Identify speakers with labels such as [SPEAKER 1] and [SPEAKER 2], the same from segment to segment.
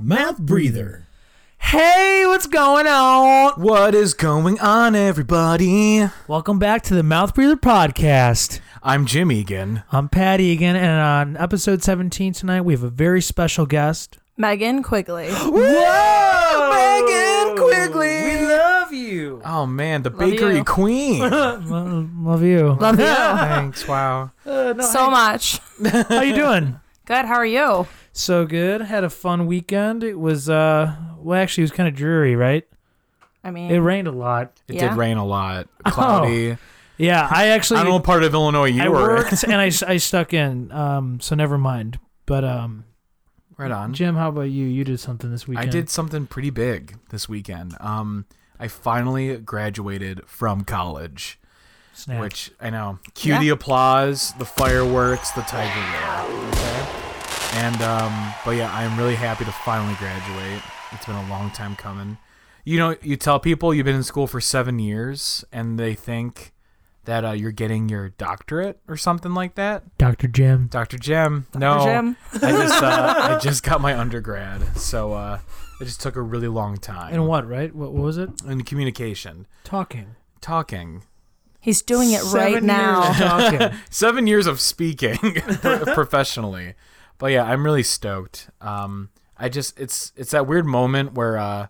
[SPEAKER 1] mouth breather.
[SPEAKER 2] Hey, what's going on?
[SPEAKER 3] What is going on, everybody?
[SPEAKER 2] Welcome back to the Mouth Breather Podcast.
[SPEAKER 3] I'm Jimmy again.
[SPEAKER 2] I'm Patty again, and on episode 17 tonight, we have a very special guest.
[SPEAKER 4] Megan Quigley.
[SPEAKER 3] Whoa! Megan Quigley!
[SPEAKER 2] love you.
[SPEAKER 3] Oh man, the bakery
[SPEAKER 4] you.
[SPEAKER 3] queen.
[SPEAKER 2] love you.
[SPEAKER 4] Love you
[SPEAKER 3] Thanks, wow.
[SPEAKER 4] so much.
[SPEAKER 2] How you doing?
[SPEAKER 4] Good. How are you?
[SPEAKER 2] So good. Had a fun weekend. It was uh well actually it was kind of dreary, right?
[SPEAKER 4] I mean,
[SPEAKER 2] It rained a lot.
[SPEAKER 3] It
[SPEAKER 4] Yeah.
[SPEAKER 3] did rain a lot. Cloudy.
[SPEAKER 2] Yeah, I actually
[SPEAKER 3] I don't know what part of Illinois you
[SPEAKER 2] I
[SPEAKER 3] were.
[SPEAKER 2] worked and I, I stuck in. Um so never mind. But um
[SPEAKER 3] Right on.
[SPEAKER 2] Jim, how about you? You did something this
[SPEAKER 3] I
[SPEAKER 2] weekend.
[SPEAKER 3] did something pretty big this weekend. Um I finally graduated from college.
[SPEAKER 2] Snap.
[SPEAKER 3] Which I know. Cue
[SPEAKER 4] Yeah.
[SPEAKER 3] the applause, the fireworks, the tiger roar. And um, but yeah, I'm really happy to finally graduate. It's been a long time coming. You know, you tell people you've been in school for seven years, and they think that uh, you're getting your doctorate or something like that.
[SPEAKER 2] Dr. Jim.
[SPEAKER 3] Dr. Jem, no,
[SPEAKER 4] Jim.
[SPEAKER 3] I just uh, I just got my undergrad, so uh, it just took a really long time
[SPEAKER 2] And what, right? What, what was it?
[SPEAKER 3] in communication,
[SPEAKER 2] Talking.
[SPEAKER 3] talking,
[SPEAKER 4] he's doing it right
[SPEAKER 2] Seven
[SPEAKER 4] now.
[SPEAKER 2] years of talking.
[SPEAKER 3] seven years of speaking pro- professionally but yeah i'm really stoked um i just it's it's that weird moment where uh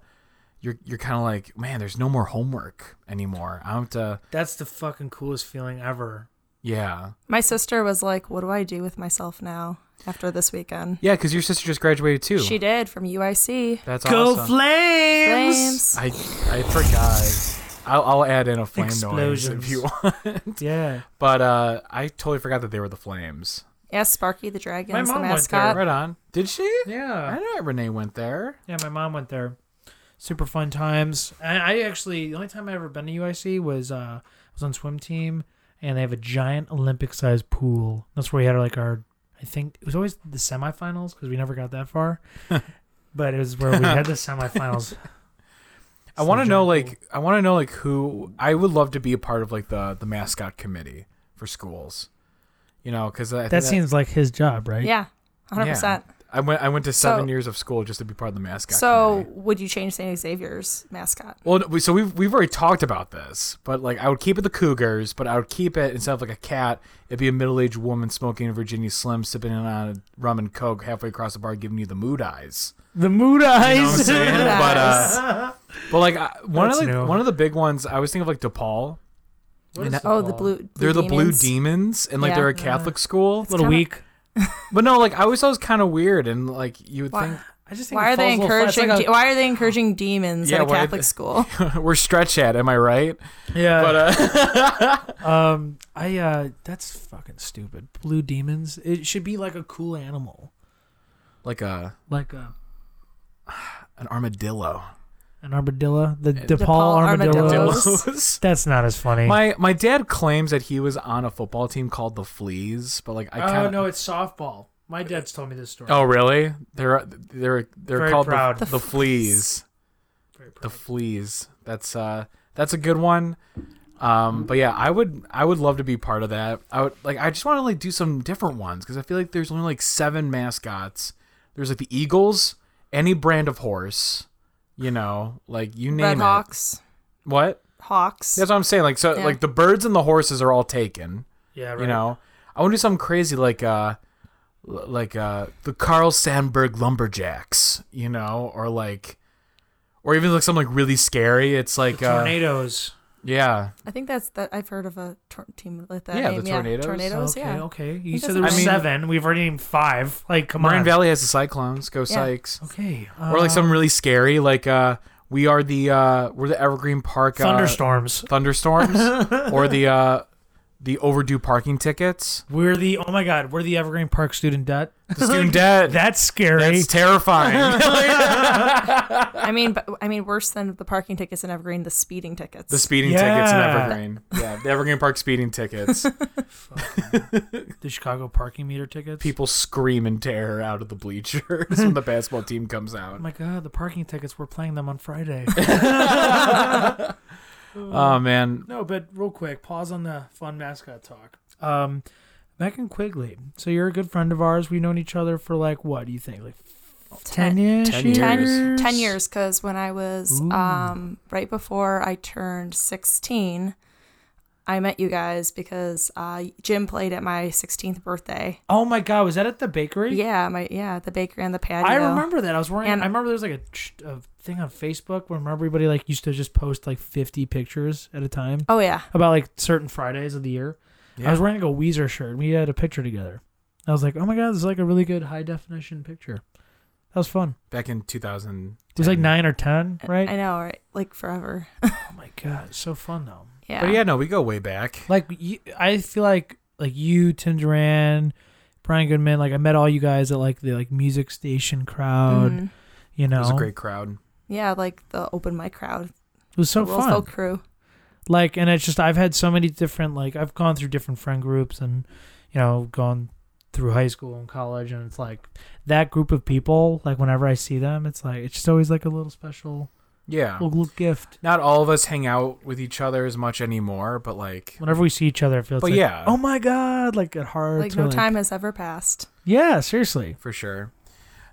[SPEAKER 3] you're you're kind of like man there's no more homework anymore i don't have to
[SPEAKER 2] That's the fucking coolest feeling ever.
[SPEAKER 3] yeah
[SPEAKER 4] My sister was like, "What do I do with myself now after this weekend?"
[SPEAKER 3] yeah because your sister just graduated too
[SPEAKER 4] She did from UIC.
[SPEAKER 3] that's
[SPEAKER 2] Go
[SPEAKER 3] awesome
[SPEAKER 2] Flames!
[SPEAKER 4] Flames.
[SPEAKER 3] i i forgot I'll, I'll add in a flame noise
[SPEAKER 2] Explosions.
[SPEAKER 3] if you want
[SPEAKER 2] Yeah.
[SPEAKER 3] but uh i totally forgot that they were the flames
[SPEAKER 4] Yes, Sparky the dragon
[SPEAKER 2] My
[SPEAKER 4] is the
[SPEAKER 2] mom went
[SPEAKER 4] mascot.
[SPEAKER 3] right on did she i
[SPEAKER 2] Uh, Yeah.
[SPEAKER 3] didn't know renee went there
[SPEAKER 2] Yeah, my mom went there. Super fun times. I, I actually, the only time I ever been to UIC was uh, I was on swim team, and they have a giant Olympic sized pool. That's where we had like our, I think it was always the semifinals because we never got that far, but it was where we had the semifinals.
[SPEAKER 3] I
[SPEAKER 2] So
[SPEAKER 3] want to know
[SPEAKER 2] giant
[SPEAKER 3] like I want to know like who I would love to be a part of like the the mascot committee for schools. You know, because I think
[SPEAKER 2] That seems like his job, right?
[SPEAKER 4] Yeah, hundred percent.
[SPEAKER 3] I went I went to seven
[SPEAKER 4] So-
[SPEAKER 3] years of school just to be part of the mascot.
[SPEAKER 4] So,
[SPEAKER 3] committee.
[SPEAKER 4] would you change Saint Xavier's mascot?
[SPEAKER 3] well, we- so we've we've already talked about this, but like I would keep it the Cougars, but I would keep it instead of like a cat, it'd be a middle aged woman smoking a Virginia Slim, sipping on a rum and coke halfway across the bar, giving you the mood eyes.
[SPEAKER 2] The mood
[SPEAKER 3] You know what I'm
[SPEAKER 2] eyes.
[SPEAKER 3] saying? but
[SPEAKER 4] Nice.
[SPEAKER 3] uh, but like I, one of
[SPEAKER 2] That's
[SPEAKER 3] like,
[SPEAKER 2] new.
[SPEAKER 3] one of the big ones, I was thinking of like DePaul.
[SPEAKER 2] What is
[SPEAKER 4] oh, the
[SPEAKER 2] called?
[SPEAKER 4] blue. blue
[SPEAKER 3] They're the blue
[SPEAKER 4] demons.
[SPEAKER 3] demons, and like
[SPEAKER 4] Yeah.
[SPEAKER 3] they're a Catholic school.
[SPEAKER 2] little
[SPEAKER 4] kinda-
[SPEAKER 2] weak.
[SPEAKER 3] But no, like I always thought it was kind of weird, and like you would
[SPEAKER 4] Why,
[SPEAKER 2] I just think
[SPEAKER 4] why
[SPEAKER 2] it
[SPEAKER 4] are they
[SPEAKER 2] falls a little flat. It's
[SPEAKER 4] encouraging?
[SPEAKER 2] like a-
[SPEAKER 4] de- why are they encouraging demons
[SPEAKER 3] Yeah,
[SPEAKER 4] at a
[SPEAKER 3] why-
[SPEAKER 4] Catholic school?
[SPEAKER 3] think we're stretch at. Am I right?
[SPEAKER 2] yeah.
[SPEAKER 3] But uh,
[SPEAKER 2] Um, I uh, that's fucking stupid. Blue demons. It should be like a cool animal,
[SPEAKER 3] like a
[SPEAKER 2] like uh, a
[SPEAKER 3] an armadillo.
[SPEAKER 2] an armadillo, the DePaul,
[SPEAKER 4] DePaul
[SPEAKER 2] armadillo.
[SPEAKER 4] armadillos.
[SPEAKER 2] That's not as funny.
[SPEAKER 3] my my dad claims that he was on a football team called the Fleas, but like I kind
[SPEAKER 2] oh no, it's softball. My dad's told me this story.
[SPEAKER 3] Oh really? They're they're they're
[SPEAKER 2] Very
[SPEAKER 3] called
[SPEAKER 2] proud.
[SPEAKER 3] the, the Fleas.
[SPEAKER 2] Very proud.
[SPEAKER 3] The Fleas. That's uh that's a good one. Um, but yeah, I would I would love to be part of that. I would like I just want to like do some different ones because I feel like there's only like seven mascots. There's like the Eagles, any brand of horse, you know, like you name
[SPEAKER 4] Red
[SPEAKER 3] it.
[SPEAKER 4] Hawks.
[SPEAKER 3] What?
[SPEAKER 4] Hawks.
[SPEAKER 3] That's what I'm saying. Like so,
[SPEAKER 4] Yeah.
[SPEAKER 3] like the birds and the horses are all taken.
[SPEAKER 2] yeah, right.
[SPEAKER 3] You know, I want to do something crazy like uh, l- like uh, the Carl Sandburg Lumberjacks. You know, or like, or even like something like really scary. It's like uh,
[SPEAKER 2] tornadoes.
[SPEAKER 3] yeah,
[SPEAKER 4] I think that's that. I've heard of a tor- team like that.
[SPEAKER 3] Yeah,
[SPEAKER 4] name.
[SPEAKER 3] the
[SPEAKER 4] Yeah,
[SPEAKER 3] Tornadoes.
[SPEAKER 4] tornadoes.
[SPEAKER 2] okay,
[SPEAKER 4] Yeah.
[SPEAKER 2] okay. You said
[SPEAKER 4] that's
[SPEAKER 2] there were
[SPEAKER 3] I mean-
[SPEAKER 2] seven. We've already named five. Like, come
[SPEAKER 3] Marin
[SPEAKER 2] on.
[SPEAKER 3] Valley has the Cyclones. Go Sykes.
[SPEAKER 2] Okay.
[SPEAKER 3] Or like
[SPEAKER 2] uh,
[SPEAKER 3] something really scary like uh, we are the uh, we're the Evergreen Park uh,
[SPEAKER 2] thunderstorms.
[SPEAKER 3] thunderstorms, or the uh, the overdue parking tickets.
[SPEAKER 2] We're the oh my god. We're the Evergreen Park student debt.
[SPEAKER 3] The student debt.
[SPEAKER 2] That's scary.
[SPEAKER 3] That's terrifying.
[SPEAKER 4] I mean, but, I mean, worse than the parking tickets in Evergreen, the speeding tickets.
[SPEAKER 3] The speeding tickets in
[SPEAKER 2] Yeah.
[SPEAKER 3] Evergreen. Yeah, the Evergreen Park speeding tickets.
[SPEAKER 2] the Chicago parking meter tickets.
[SPEAKER 3] People scream in terror out of the bleachers when the basketball team comes out.
[SPEAKER 2] Oh my god, the parking tickets. We're playing them on Friday.
[SPEAKER 3] Oh man.
[SPEAKER 2] No, but real quick, pause on the fun mascot talk. Um, Megan Quigley. So you're a good friend of ours. We've known each other for like what do you think, like Ten years.
[SPEAKER 3] Ten
[SPEAKER 4] Ten, ten years, because when I was
[SPEAKER 2] Ooh.
[SPEAKER 4] um, right before I turned 16, I met you guys because uh, Jim played at my 16th birthday.
[SPEAKER 2] Oh my god, was that at the bakery?
[SPEAKER 4] Yeah, my yeah, the bakery and the patio.
[SPEAKER 2] I remember that. I was wearing.
[SPEAKER 4] And-
[SPEAKER 2] I remember there was like a, ch- a thing on Facebook where everybody like used to just post like fifty pictures at a time
[SPEAKER 4] Oh yeah,
[SPEAKER 2] about like certain Fridays of the year. I
[SPEAKER 3] Yeah.
[SPEAKER 2] was wearing like a Weezer shirt. and We had a picture together. I was like, oh my god, this is like a really good high definition picture. That was fun.
[SPEAKER 3] Back in 2000.
[SPEAKER 2] It was like nine or ten, right?
[SPEAKER 4] I know, right? Like forever.
[SPEAKER 2] oh my god, it's so fun though.
[SPEAKER 4] Yeah.
[SPEAKER 3] But yeah, no, we go way back.
[SPEAKER 2] Like you, I feel like like you, Tim Duran, Brian Goodman. Like I met all you guys at like the like music station crowd.
[SPEAKER 4] Mhm.
[SPEAKER 2] You know,
[SPEAKER 3] It was a great crowd.
[SPEAKER 4] Yeah, like the open mic crowd,
[SPEAKER 2] It was so
[SPEAKER 4] the
[SPEAKER 2] fun.
[SPEAKER 4] Roseville crew.
[SPEAKER 2] like and it's just i've had so many different like i've gone through different friend groups and you know gone through high school and college and it's like that group of people like whenever i see them it's like it's just always like a little special
[SPEAKER 3] Yeah.
[SPEAKER 2] little, little gift
[SPEAKER 3] Not all of us hang out with each other as much anymore, but like,
[SPEAKER 2] whenever we see each other it feels
[SPEAKER 3] But
[SPEAKER 2] like
[SPEAKER 3] yeah.
[SPEAKER 2] oh my god like at hard
[SPEAKER 4] Like
[SPEAKER 2] to,
[SPEAKER 4] no time has ever passed.
[SPEAKER 2] yeah seriously
[SPEAKER 3] for sure.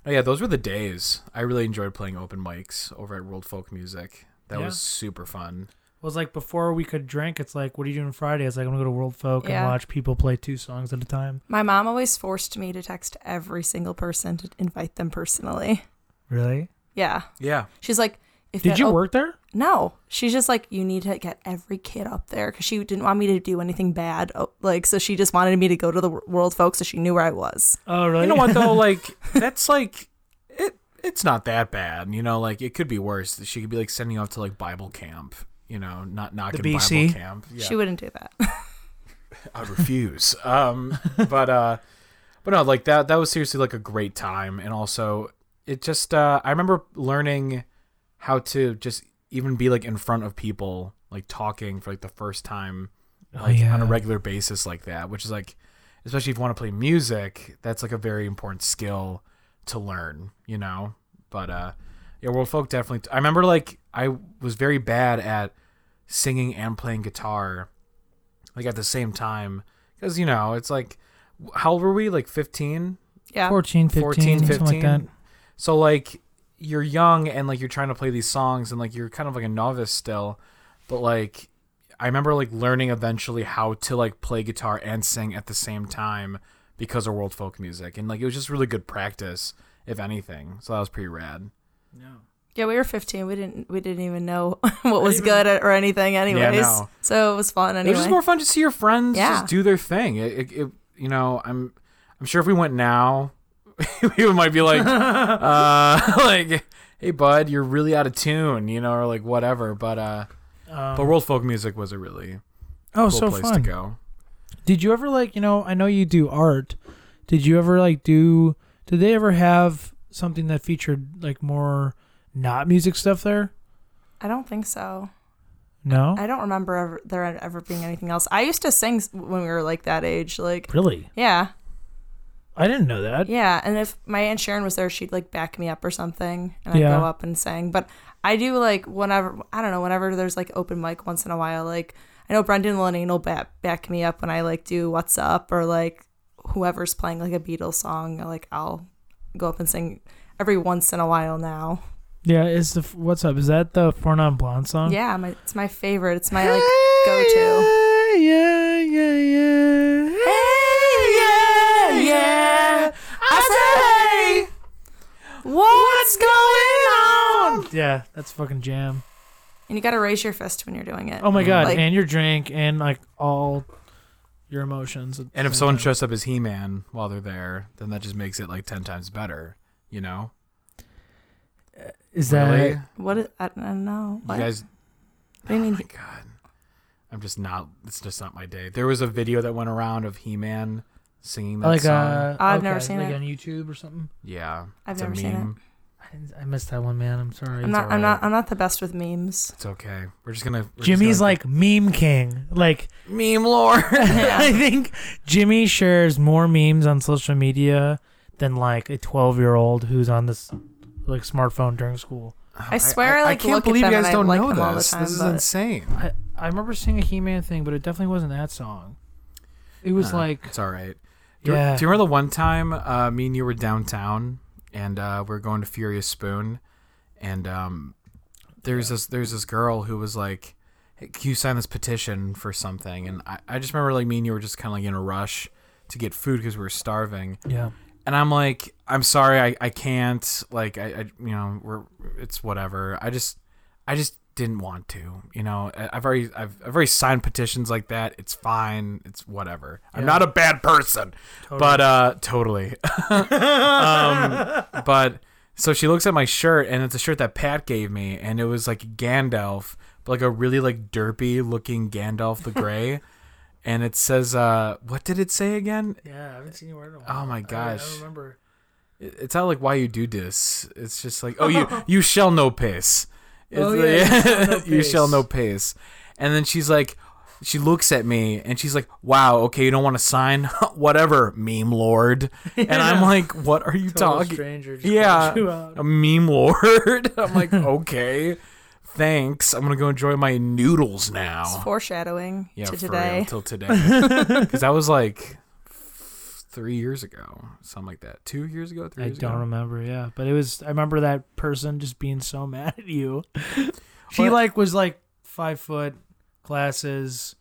[SPEAKER 3] No, yeah, those were the days. I really enjoyed playing open mics over at World Folk Music. That
[SPEAKER 2] Yeah.
[SPEAKER 3] was super fun.
[SPEAKER 2] it was like before we could drink it's like what are you doing friday it's like i'm gonna go to world folk
[SPEAKER 4] Yeah.
[SPEAKER 2] and watch people play two songs at a time
[SPEAKER 4] My mom always forced me to text every single person to invite them personally.
[SPEAKER 2] really
[SPEAKER 4] Yeah,
[SPEAKER 3] Yeah.
[SPEAKER 4] she's like, if
[SPEAKER 2] did
[SPEAKER 4] that
[SPEAKER 2] you
[SPEAKER 4] op-
[SPEAKER 2] work there
[SPEAKER 4] No, she's just like, you need to get every kid up there because she didn't want me to do anything bad. Oh, Like, so she just wanted me to go to the wor- world, folks, so she knew where I was.
[SPEAKER 2] oh really
[SPEAKER 3] You know what though? Like that's like it. It's not that bad. You know, like it could be worse. She could be like sending you off to like Bible camp. You know, not knocking
[SPEAKER 2] BC?
[SPEAKER 3] Bible camp. Yeah.
[SPEAKER 4] She wouldn't do that.
[SPEAKER 3] I refuse. um, but uh, but no, like that. That was seriously like a great time, and also it just. Uh, I remember learning how to just even be like in front of people, like talking for like the first time,
[SPEAKER 2] Oh,
[SPEAKER 3] like on a
[SPEAKER 2] yeah.
[SPEAKER 3] regular basis, like that. Which is like, especially if you want to play music, that's like a very important skill to learn. You know, but uh, yeah, world folk definitely. I remember like I was very bad at singing and playing guitar like at the same time because you know it's like w- how old were we like 15
[SPEAKER 4] Yeah.
[SPEAKER 2] 14 15,
[SPEAKER 3] 14
[SPEAKER 2] something
[SPEAKER 3] 15
[SPEAKER 2] like that
[SPEAKER 3] so like you're young and like you're trying to play these songs and like you're kind of like a novice still but like i remember like learning eventually how to like play guitar and sing at the same time because of world folk music and like it was just really good practice if anything so that was pretty rad
[SPEAKER 4] Yeah, we were 15. We didn't we didn't even know what was
[SPEAKER 2] even-
[SPEAKER 4] good or anything anyways.
[SPEAKER 3] no.
[SPEAKER 4] So it was fun
[SPEAKER 3] It
[SPEAKER 4] anyway.
[SPEAKER 3] was just more fun to see your friends
[SPEAKER 4] Yeah.
[SPEAKER 3] just do their thing. It, it, it- you know, I'm, I'm sure if we went now, we might be like, uh, like, hey bud, you're really out of tune, you know, or like whatever. But uh,
[SPEAKER 2] Um,
[SPEAKER 3] but world folk music was a really
[SPEAKER 2] oh
[SPEAKER 3] cool
[SPEAKER 2] so
[SPEAKER 3] place
[SPEAKER 2] fun
[SPEAKER 3] to go.
[SPEAKER 2] Did you ever like you know? I know you do art. Did you ever like do? Did they ever have something that featured like more not music stuff there?
[SPEAKER 4] I don't think so.
[SPEAKER 2] No,
[SPEAKER 4] I don't remember ever, there ever being anything else. I used to sing s- when we were like that age. Like,
[SPEAKER 2] really.
[SPEAKER 4] yeah.
[SPEAKER 2] I didn't know that.
[SPEAKER 4] Yeah, and if my aunt Sharon was there, she'd like back me up or something, and I'd
[SPEAKER 2] Yeah.
[SPEAKER 4] go up and sing. But I do like whenever I don't know whenever there's like open mic once in a while. Like I know Brendan Lennon will back back me up when I like do what's up or like whoever's playing like a Beatles song. Like I'll go up and sing every once in a while now.
[SPEAKER 2] Yeah, is the what's up? Is that the Four Non Blonde song?
[SPEAKER 4] Yeah, my, it's my favorite. It's my like go to.
[SPEAKER 2] Yeah, yeah, yeah, yeah.
[SPEAKER 4] Hey, yeah, yeah. I say, what's going on?
[SPEAKER 2] Yeah, that's fucking jam.
[SPEAKER 4] And you gotta raise your fist when you're doing it.
[SPEAKER 2] Oh my god!
[SPEAKER 4] Like-
[SPEAKER 2] and your drink and like all your emotions. at the
[SPEAKER 3] And if
[SPEAKER 2] same
[SPEAKER 3] someone
[SPEAKER 2] time.
[SPEAKER 3] dressed up as He-Man while they're there, then that just makes it like ten times better. You know,
[SPEAKER 2] is that
[SPEAKER 3] really?
[SPEAKER 4] What is, I don't know. What?
[SPEAKER 3] You guys Oh,
[SPEAKER 4] what do you mean?
[SPEAKER 3] my god i'm just not it's just not my day there was a video that went around of he-man singing that
[SPEAKER 2] like
[SPEAKER 3] song
[SPEAKER 2] uh?
[SPEAKER 4] I've
[SPEAKER 2] okay,
[SPEAKER 4] never seen
[SPEAKER 2] like
[SPEAKER 4] it.
[SPEAKER 2] on YouTube or something.
[SPEAKER 3] yeah
[SPEAKER 4] I've
[SPEAKER 3] it's
[SPEAKER 4] never
[SPEAKER 3] a
[SPEAKER 4] seen it.
[SPEAKER 3] meme
[SPEAKER 2] I, didn't- I missed that one, man. I'm sorry.
[SPEAKER 4] I'm
[SPEAKER 2] It's
[SPEAKER 4] not. I'm
[SPEAKER 2] alright.
[SPEAKER 4] not. I'm not the best with memes.
[SPEAKER 3] it's okay we're just gonna we're just
[SPEAKER 2] Jimmy's
[SPEAKER 3] gonna-
[SPEAKER 2] like meme king. Like
[SPEAKER 3] meme lore
[SPEAKER 2] I think Jimmy shares more memes on social media than like a 12 year old who's on this like smartphone during school.
[SPEAKER 4] I swear I, like,
[SPEAKER 3] can't
[SPEAKER 4] look at
[SPEAKER 3] believe
[SPEAKER 4] them
[SPEAKER 3] you guys
[SPEAKER 4] and I
[SPEAKER 3] don't
[SPEAKER 4] like
[SPEAKER 3] know
[SPEAKER 4] them all the
[SPEAKER 3] this
[SPEAKER 4] time,
[SPEAKER 3] this is
[SPEAKER 4] but-
[SPEAKER 3] insane
[SPEAKER 2] I I remember seeing a He Man thing, but it definitely wasn't that song. It was
[SPEAKER 3] Nah,
[SPEAKER 2] like
[SPEAKER 3] it's all right Uh, do, you-
[SPEAKER 2] Yeah.
[SPEAKER 3] do you remember the one time uh me and you were downtown and uh, we are going to Furious Spoon, and um, there's this there's this girl who was like, hey, "Can you sign this petition for something?" And I, I just remember like me and you were just kind of like in a rush to get food because we were starving,
[SPEAKER 2] Yeah.
[SPEAKER 3] and I'm like, I'm sorry, I, I can't. Like, I, I, you know, we're, it's whatever. I just, I just didn't want to. You know, I- I've already, I've, I've already signed petitions like that. It's fine. It's whatever. I'm
[SPEAKER 2] Yeah.
[SPEAKER 3] not a bad person, but uh, totally. um, but so she looks at my shirt, and it's a shirt that Pat gave me, and it was like Gandalf, but like a really like derpy looking Gandalf the Gray. And it says, uh, what did it say again?
[SPEAKER 2] Yeah, I haven't seen you wear it in a
[SPEAKER 3] Oh
[SPEAKER 2] while.
[SPEAKER 3] my
[SPEAKER 2] I, I
[SPEAKER 3] gosh!
[SPEAKER 2] don't remember.
[SPEAKER 3] It- it's not like why you do this. It's just like oh you you shall no pace. It's
[SPEAKER 2] Oh,
[SPEAKER 3] like-
[SPEAKER 2] yeah, you shall no
[SPEAKER 3] you shall
[SPEAKER 2] pace.
[SPEAKER 3] no pace. And then she's like, she looks at me and she's like, wow, okay, you don't want to sign, whatever, meme lord. And I'm
[SPEAKER 2] Yeah.
[SPEAKER 3] like, what are you
[SPEAKER 2] Total
[SPEAKER 3] talking?
[SPEAKER 2] stranger. Just
[SPEAKER 3] Yeah,
[SPEAKER 2] called you out.
[SPEAKER 3] a meme lord. I'm like, okay, thanks. I'm gonna go enjoy my noodles
[SPEAKER 4] It's
[SPEAKER 3] now.
[SPEAKER 4] foreshadowing
[SPEAKER 3] Oh. Yeah,
[SPEAKER 4] to
[SPEAKER 3] for
[SPEAKER 4] today.
[SPEAKER 3] real, till today, because that was like. Three years ago, something like that. Two years ago, three
[SPEAKER 2] I
[SPEAKER 3] years
[SPEAKER 2] don't
[SPEAKER 3] ago.
[SPEAKER 2] remember. Yeah, but it was. I remember that person just being so mad at you. she
[SPEAKER 3] What?
[SPEAKER 2] like was like five foot, glasses,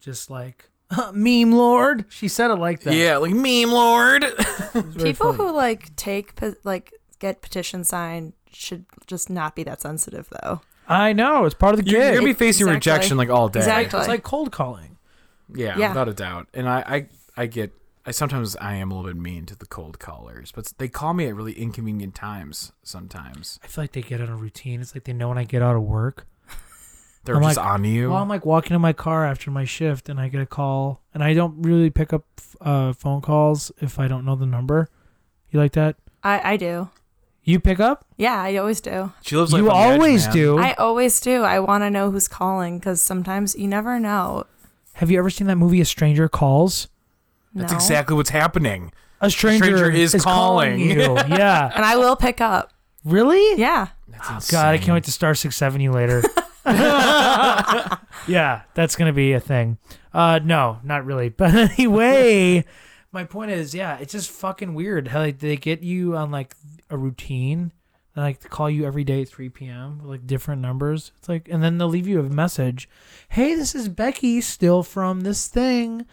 [SPEAKER 2] just like meme lord. She said it like that.
[SPEAKER 3] Yeah, like meme lord.
[SPEAKER 2] It was very
[SPEAKER 4] People
[SPEAKER 2] funny.
[SPEAKER 4] who like take pe- like get petition signed should just not be that sensitive though.
[SPEAKER 2] I know it's part of the
[SPEAKER 3] You're,
[SPEAKER 2] gig.
[SPEAKER 3] gonna be facing
[SPEAKER 4] Exactly.
[SPEAKER 3] rejection like all day.
[SPEAKER 4] Exactly.
[SPEAKER 2] it's like cold calling.
[SPEAKER 3] Yeah,
[SPEAKER 4] Yeah.
[SPEAKER 3] without a doubt. And I, I, I get. I sometimes I am a little bit mean to the cold callers, but they call me at really inconvenient times. Sometimes
[SPEAKER 2] I feel like they get on a routine. It's like they know when I get out of work.
[SPEAKER 3] they're
[SPEAKER 2] I'm
[SPEAKER 3] just
[SPEAKER 2] like,
[SPEAKER 3] on you.
[SPEAKER 2] Well, I'm like walking to my car after my shift, and I get a call, and I don't really pick up f- uh, phone calls if I don't know the number. You like that?
[SPEAKER 4] I I do.
[SPEAKER 2] You pick up?
[SPEAKER 4] Yeah, I always do.
[SPEAKER 3] she lives. Like,
[SPEAKER 2] You
[SPEAKER 3] on the edge,
[SPEAKER 2] always
[SPEAKER 3] man.
[SPEAKER 2] do.
[SPEAKER 4] I always do. I want to know who's calling because sometimes you never know.
[SPEAKER 2] Have you ever seen that movie A Stranger Calls?
[SPEAKER 3] That's
[SPEAKER 4] No.
[SPEAKER 3] exactly what's happening.
[SPEAKER 2] A stranger,
[SPEAKER 3] stranger is calling.
[SPEAKER 2] you. yeah.
[SPEAKER 4] And I will pick up.
[SPEAKER 2] Really?
[SPEAKER 4] Yeah.
[SPEAKER 3] That's
[SPEAKER 2] Oh, God, I
[SPEAKER 3] insane.
[SPEAKER 2] can't wait to star six seven you later. yeah, that's gonna be a thing. Uh, no, not really. But anyway, my point is, yeah, it's just fucking weird how like, they get you on like a routine. They like to call you every day at 3 p.m. with like different numbers. It's like, and then they'll leave you a message. Hey, this is Becky, still from this thing.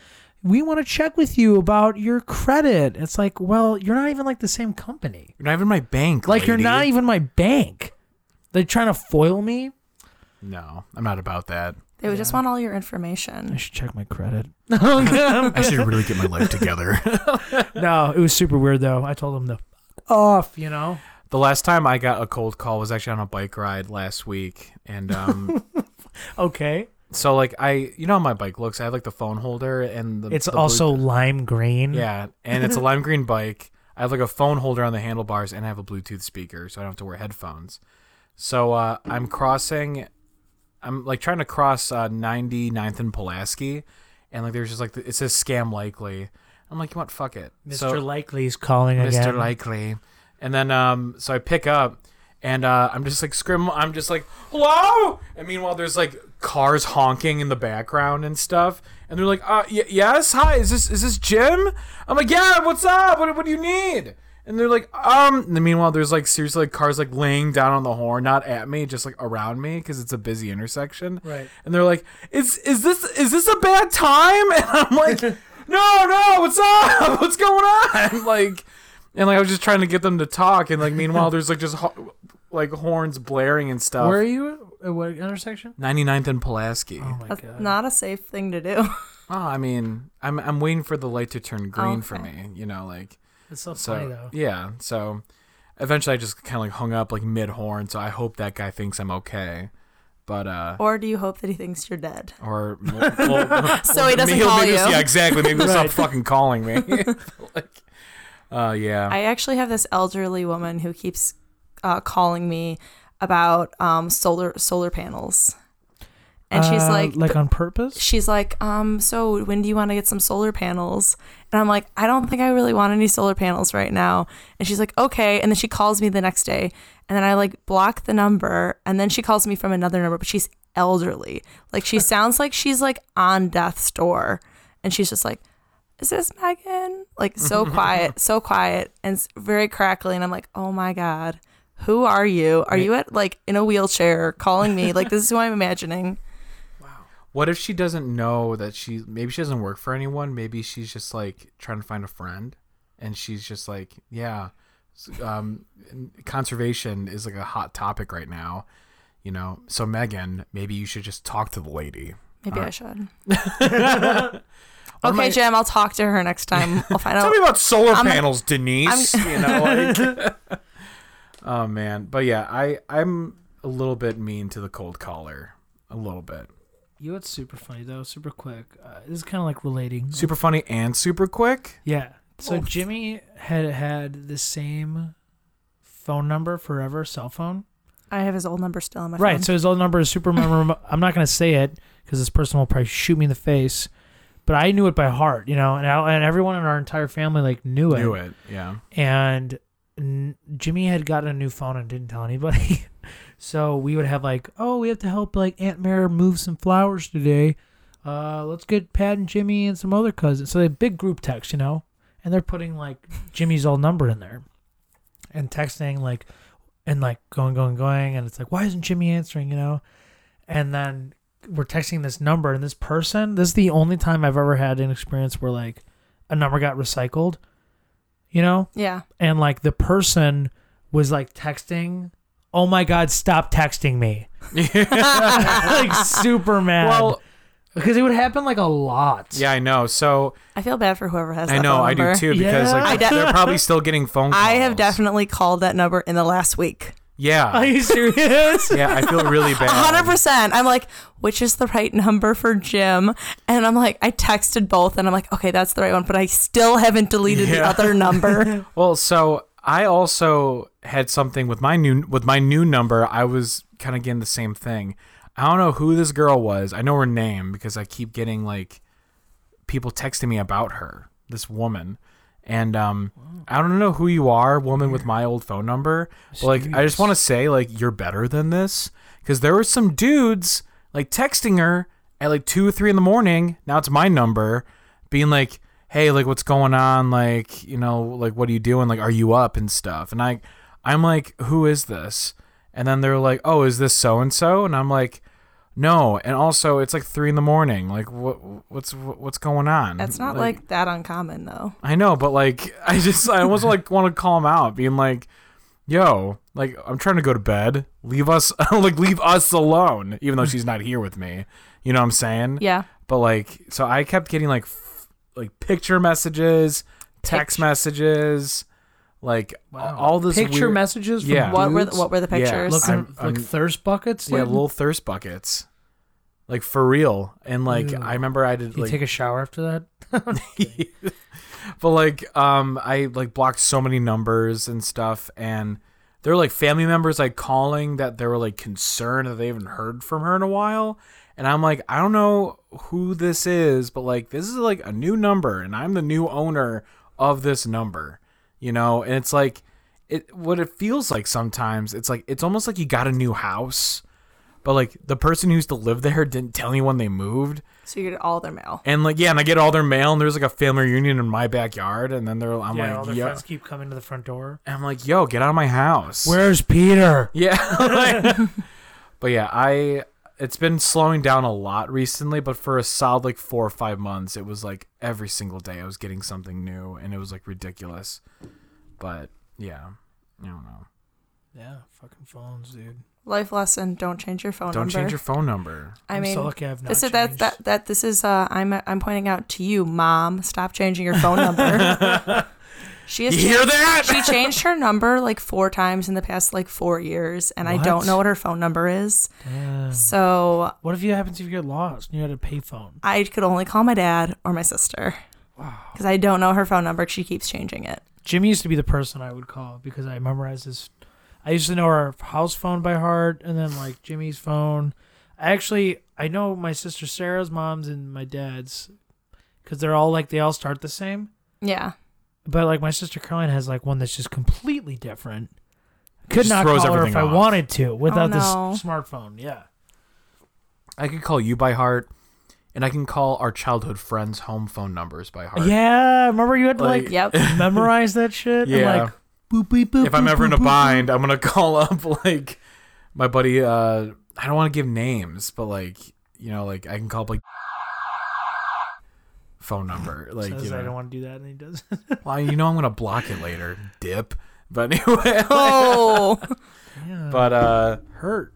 [SPEAKER 2] We want to check with you about your credit. It's like, well, you're not even like the same company.
[SPEAKER 3] You're not even my bank.
[SPEAKER 2] Like you're
[SPEAKER 3] lady.
[SPEAKER 2] not even my bank. They're trying to foil me.
[SPEAKER 3] No, I'm not about that.
[SPEAKER 4] They would just want all your information.
[SPEAKER 2] I should check my credit.
[SPEAKER 3] I should really get my life together.
[SPEAKER 2] no, it was super weird though. I told them to f- off, you know.
[SPEAKER 3] the last time I got a cold call was actually on a bike ride last week, and um,
[SPEAKER 2] Okay.
[SPEAKER 3] So like I, you know, how my bike looks. I have like the phone holder and the.
[SPEAKER 2] It's
[SPEAKER 3] the blue-
[SPEAKER 2] also lime green.
[SPEAKER 3] yeah, and it's a lime green bike. I have like a phone holder on the handlebars, and I have a Bluetooth speaker, so I don't have to wear headphones. So uh, I'm crossing, I'm like trying to cross uh, 99th and Pulaski, and like there's just like the, it says scam likely. I'm like, you want fuck it,
[SPEAKER 2] Mr.
[SPEAKER 3] So-
[SPEAKER 2] Likely's calling again.
[SPEAKER 3] Mr. Likely. And then um so I pick up and uh I'm just like scrim I'm just like, "Hello?" And meanwhile there's like cars honking in the background and stuff. And they're like, "Uh y- yes, hi. Is this is this Jim?" I'm like, "Yeah, what's up? What what do you need?" And they're like, um. And then meanwhile, there's like seriously like cars like laying down on the horn, not at me, just like around me, because it's a busy intersection.
[SPEAKER 2] Right.
[SPEAKER 3] And they're like, is is this is this a bad time? And I'm like, no, no, what's up? What's going on? Like, and like I was just trying to get them to talk, and like meanwhile, there's like just ho- like horns blaring and stuff.
[SPEAKER 2] Where are you? At what intersection?
[SPEAKER 3] 99th and Pulaski.
[SPEAKER 2] Oh my
[SPEAKER 4] That's
[SPEAKER 2] god.
[SPEAKER 4] not a safe thing to do.
[SPEAKER 3] Oh, I mean, I'm I'm waiting for the light to turn green for
[SPEAKER 4] Okay.
[SPEAKER 3] me. You know, like
[SPEAKER 2] It's so,
[SPEAKER 3] so
[SPEAKER 2] funny though.
[SPEAKER 3] yeah. So eventually, I just kind of like hung up like mid horn. So I hope that guy thinks I'm okay. But uh,
[SPEAKER 4] or do you hope that he thinks you're dead?
[SPEAKER 3] or well, well,
[SPEAKER 4] So he doesn't
[SPEAKER 3] maybe he'll-
[SPEAKER 4] call
[SPEAKER 3] maybe
[SPEAKER 4] you.
[SPEAKER 3] he'll- Yeah, exactly. Maybe he'll stop
[SPEAKER 2] Right.
[SPEAKER 3] fucking calling me. like, uh, yeah.
[SPEAKER 4] I actually have this elderly woman who keeps uh, calling me about um, solar solar panels, and she's
[SPEAKER 2] Uh,
[SPEAKER 4] like,
[SPEAKER 2] like on purpose?
[SPEAKER 4] she's like, um, so when do you want to get some solar panels? And I'm like, I don't think I really want any solar panels right now. And she's like, okay. And then she calls me the next day, and then I like block the number, and then she calls me from another number, but she's elderly. Like she sounds like she's like on death's door, and she's just like, is this Megan? like so quiet, so quiet, and s- very crackly. And I'm like, oh my god, who are you? Are you at like in a wheelchair calling me? Like this is who I'm imagining.
[SPEAKER 3] What if she doesn't know that she maybe she doesn't work for anyone? Maybe she's just like trying to find a friend, and she's just like, yeah, s- um, conservation is like a hot topic right now, you know. So Megan, maybe you should just talk to the lady.
[SPEAKER 4] Maybe I
[SPEAKER 3] Alright.
[SPEAKER 4] should.
[SPEAKER 3] Or
[SPEAKER 4] Okay,
[SPEAKER 3] my-
[SPEAKER 4] Jim, I'll talk to her next time. I'll find out.
[SPEAKER 3] about solar
[SPEAKER 4] I'm-
[SPEAKER 3] panels, Denise. you know, like. oh man, but yeah, I I'm a little bit mean to the cold caller, a little bit.
[SPEAKER 2] You know what's super funny though, super quick. Uh, this is kind of like relating.
[SPEAKER 3] Super funny and super quick.
[SPEAKER 2] Yeah. So
[SPEAKER 4] Both.
[SPEAKER 2] Jimmy had had the same phone number forever, cell phone.
[SPEAKER 4] I have his old number still on my
[SPEAKER 2] Right.
[SPEAKER 4] phone.
[SPEAKER 2] So his old number is super memorable. I'm not going to say it because this person will probably shoot me in the face. But I knew it by heart, you know, and I, and everyone in our entire family like knew it.
[SPEAKER 3] Do it, yeah.
[SPEAKER 2] And n- Jimmy had gotten a new phone and didn't tell anybody. so we would have like, oh, we have to help like Aunt Mary move some flowers today. Uh, let's get Pat and Jimmy and some other cousins. So they have big group text, you know, and they're putting like Jimmy's old number in there, and texting like, and like going, going, going, and it's like, why isn't Jimmy answering? You know, and then we're texting this number, and this person. This is the only time I've ever had an experience where like a number got recycled. You know,
[SPEAKER 4] yeah.
[SPEAKER 2] and like the person was like texting, "Oh my god, stop texting me!" like super mad.
[SPEAKER 3] Well,
[SPEAKER 2] because it would happen like a lot.
[SPEAKER 3] yeah, I know. So
[SPEAKER 4] I feel bad for whoever has.
[SPEAKER 3] I
[SPEAKER 4] that
[SPEAKER 3] know
[SPEAKER 4] phone
[SPEAKER 3] I do
[SPEAKER 4] number.
[SPEAKER 3] too because
[SPEAKER 2] Yeah.
[SPEAKER 4] I
[SPEAKER 3] like
[SPEAKER 4] de-
[SPEAKER 3] they're probably still getting phone calls.
[SPEAKER 4] I have definitely called that number in the last week.
[SPEAKER 2] Are
[SPEAKER 3] Yeah,
[SPEAKER 2] you serious?
[SPEAKER 3] yeah. I feel really bad.
[SPEAKER 4] hundred percent. I'm like, which is the right number for Jim? And I'm like, I texted both, and I'm like, okay, that's the right one, but I still haven't deleted the
[SPEAKER 3] Yeah.
[SPEAKER 4] other number.
[SPEAKER 3] Well, so I also had something with my new with my new number. I was kind of getting the same thing. I don't know who this girl was. I know her name because I keep getting like people texting me about her. This woman, and um, I don't know who you are, woman with my old phone number. But, like, I just
[SPEAKER 2] Mysterious.
[SPEAKER 3] want to say like you're better than this because there were some dudes like texting her at like two or three in the morning. Now it's my number, being like, hey, like what's going on? Like you know, like what are you doing? Like are you up and stuff? And I, I'm like, who is this? And then they're like, oh, is this so and so? And I'm like. No, and also it's like three in the morning. Like, what, what's, what's going on?
[SPEAKER 4] That's not like that uncommon though.
[SPEAKER 3] I know, but like I just I almost like want to call him out, being like, "Yo, like I'm trying to go to bed. Leave us like leave us alone." Even though she's not here with me, you know what I'm saying?
[SPEAKER 4] Yeah,
[SPEAKER 3] But like, so I kept getting like f- like picture messages, text
[SPEAKER 4] Picture-
[SPEAKER 3] messages, like all this
[SPEAKER 2] picture
[SPEAKER 3] weird-
[SPEAKER 2] messages. From
[SPEAKER 3] Yeah.
[SPEAKER 4] what were the,
[SPEAKER 2] dudes?
[SPEAKER 4] what were the
[SPEAKER 3] Yeah,
[SPEAKER 4] pictures?
[SPEAKER 2] Looking
[SPEAKER 3] I'm-
[SPEAKER 2] like
[SPEAKER 3] I'm-
[SPEAKER 2] thirst buckets.
[SPEAKER 3] yeah,
[SPEAKER 2] dude?
[SPEAKER 3] little thirst buckets, like for real. And like
[SPEAKER 2] Ew.
[SPEAKER 3] I remember I did
[SPEAKER 2] you
[SPEAKER 3] like
[SPEAKER 2] take a shower after that.
[SPEAKER 3] but like um i like blocked so many numbers and stuff and there were like family members like calling that they were like concerned that they haven't heard from her in a while and i'm like i don't know who this is but like this is like a new number and i'm the new owner of this number you know and it's like it what it feels like sometimes it's like it's almost like you got a new house but like the person who used to live there didn't tell anyone they moved
[SPEAKER 4] so you get all their mail.
[SPEAKER 3] and like, yeah, and I get all their mail, and there's like a family reunion in my backyard, and then they're, I'm
[SPEAKER 2] yeah, all
[SPEAKER 3] like,
[SPEAKER 2] their
[SPEAKER 3] yo,
[SPEAKER 2] friends keep coming to the front door.
[SPEAKER 3] I'm like, yo, get out of my house.
[SPEAKER 2] Where's Peter?
[SPEAKER 3] Yeah. but yeah, I it's been slowing down a lot recently, but for a solid like four or five months, it was like every single day I was getting something new, and it was like ridiculous. But yeah, I don't know.
[SPEAKER 2] Yeah, fucking phones, dude.
[SPEAKER 4] Life lesson: Don't change your phone
[SPEAKER 3] Don't
[SPEAKER 4] number.
[SPEAKER 3] change your phone number.
[SPEAKER 4] I
[SPEAKER 2] I'm
[SPEAKER 4] mean,
[SPEAKER 2] so lucky I've not.
[SPEAKER 4] this is that
[SPEAKER 2] changed.
[SPEAKER 4] that that this is. Uh, I'm I'm pointing out to you, mom. Stop changing your phone number. she has
[SPEAKER 3] You hear
[SPEAKER 4] changed-
[SPEAKER 3] that?
[SPEAKER 4] she changed her number like four times in the past like four years, and I
[SPEAKER 2] What? Uh-huh.
[SPEAKER 4] don't know what her phone number is.
[SPEAKER 2] Damn.
[SPEAKER 4] So
[SPEAKER 2] What if you happens if you get lost and you had a payphone?
[SPEAKER 4] I could only call my dad or my sister. Because I don't know her phone number. 'cause She keeps changing it.
[SPEAKER 2] Jimmy used to be the person I would call because I memorized his. I used to know our house phone by heart, and then like Jimmy's phone. I actually I know my sister Sarah's mom's and my dad's, because they're all like they all start the same.
[SPEAKER 4] Yeah.
[SPEAKER 2] But like my sister Caroline has like one that's just completely different. Could
[SPEAKER 3] just
[SPEAKER 2] not
[SPEAKER 3] throws
[SPEAKER 2] call her if
[SPEAKER 3] everything
[SPEAKER 2] I
[SPEAKER 3] off.
[SPEAKER 2] wanted to without this
[SPEAKER 4] no.
[SPEAKER 2] smartphone. Yeah,
[SPEAKER 3] I could call you by heart. and I can call our childhood friends' home phone numbers by heart.
[SPEAKER 2] Yeah, remember you had to like,
[SPEAKER 3] Like-
[SPEAKER 4] Yep.
[SPEAKER 2] memorize that shit. and,
[SPEAKER 3] Yeah.
[SPEAKER 2] like, boop, boop, boop,
[SPEAKER 3] if I'm
[SPEAKER 2] boop,
[SPEAKER 3] ever in a
[SPEAKER 2] boop, boop.
[SPEAKER 3] bind, I'm gonna call up like my buddy. Uh, I don't want to give names, but like you know, like I can call up like phone number. Like
[SPEAKER 2] Says
[SPEAKER 3] you
[SPEAKER 2] I don't
[SPEAKER 3] know,
[SPEAKER 2] want to do that, and he does.
[SPEAKER 3] well, you know, I'm gonna block it later, dip. But anyway,
[SPEAKER 4] Oh.
[SPEAKER 2] yeah.
[SPEAKER 3] but uh, hurt.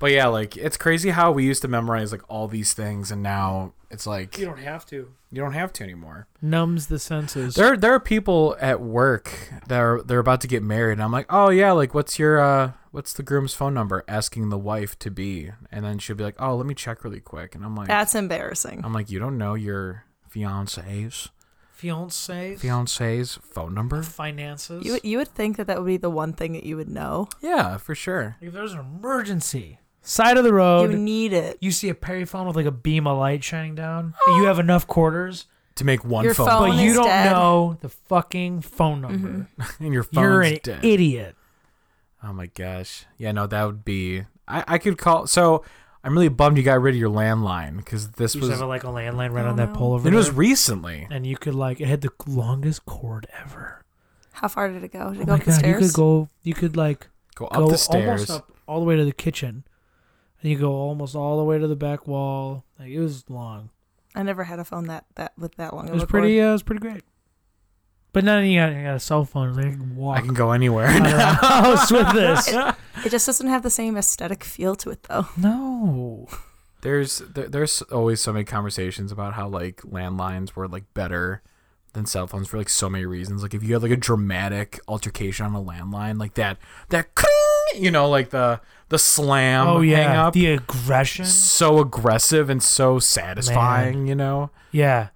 [SPEAKER 3] But yeah, like it's crazy how we used to memorize like all these things, and now it's like
[SPEAKER 2] don't have to.
[SPEAKER 3] you don't have to anymore.
[SPEAKER 2] Numbs the senses.
[SPEAKER 3] There, there are people at work that are they're about to get married, and I'm like, oh yeah, like what's your uh, what's the groom's phone number? Asking the wife to be, and then she'll be like, oh, let me check really quick, and I'm like,
[SPEAKER 4] That's embarrassing.
[SPEAKER 3] I'm like, you don't know your fiance's
[SPEAKER 2] Fiance,
[SPEAKER 3] fiance's phone number?
[SPEAKER 2] finances.
[SPEAKER 4] You you would think that that would be the one thing that you would know.
[SPEAKER 3] Yeah, for sure.
[SPEAKER 2] if there's an emergency, side of the
[SPEAKER 4] You
[SPEAKER 2] road, you,
[SPEAKER 4] need it.
[SPEAKER 2] see a payphone with like a beam of light shining down. You have enough quarters,
[SPEAKER 3] To make one
[SPEAKER 4] Your
[SPEAKER 3] phone,
[SPEAKER 4] Oh. phone-
[SPEAKER 2] but you
[SPEAKER 4] is
[SPEAKER 2] don't
[SPEAKER 4] dead. Mm-hmm.
[SPEAKER 2] know the fucking phone number.
[SPEAKER 3] and your phone's
[SPEAKER 2] You're an
[SPEAKER 3] dead.
[SPEAKER 2] idiot.
[SPEAKER 3] Oh my gosh. Yeah, no, that would be. I, I could call. So I'm really bummed you got rid of your landline because this
[SPEAKER 2] You
[SPEAKER 3] was.
[SPEAKER 2] used to have like a landline right
[SPEAKER 4] Oh,
[SPEAKER 2] on that
[SPEAKER 4] no.
[SPEAKER 2] pole over
[SPEAKER 3] It
[SPEAKER 2] there,
[SPEAKER 3] was recently.
[SPEAKER 2] and you could like it had the longest cord ever.
[SPEAKER 4] How far did it go? Did it
[SPEAKER 2] Oh
[SPEAKER 4] go
[SPEAKER 2] my
[SPEAKER 4] up the
[SPEAKER 2] god, you
[SPEAKER 4] stairs?
[SPEAKER 2] could go. You could like
[SPEAKER 3] Go up
[SPEAKER 2] go
[SPEAKER 3] the
[SPEAKER 2] almost
[SPEAKER 3] stairs.
[SPEAKER 2] up all the way to the kitchen, and you go almost all the way to the back wall. Like it was long.
[SPEAKER 4] I never had a phone that that with that long.
[SPEAKER 2] It
[SPEAKER 4] of
[SPEAKER 2] was
[SPEAKER 4] a cord.
[SPEAKER 2] pretty. Uh, it was pretty great. But now you got, you got a cell phone. So you can walk
[SPEAKER 3] I can go anywhere.
[SPEAKER 2] out of the house with this.
[SPEAKER 4] It just doesn't have the same aesthetic feel to it though.
[SPEAKER 2] No.
[SPEAKER 3] There's there, there's always so many conversations about how like landlines were like better than cell phones for like so many reasons. Like if you had like a dramatic altercation on a landline, like that that cling, you know, like the the slam
[SPEAKER 2] oh
[SPEAKER 3] hang
[SPEAKER 2] yeah.
[SPEAKER 3] up,
[SPEAKER 2] The aggression.
[SPEAKER 3] so aggressive and so satisfying, you know.
[SPEAKER 2] Yeah.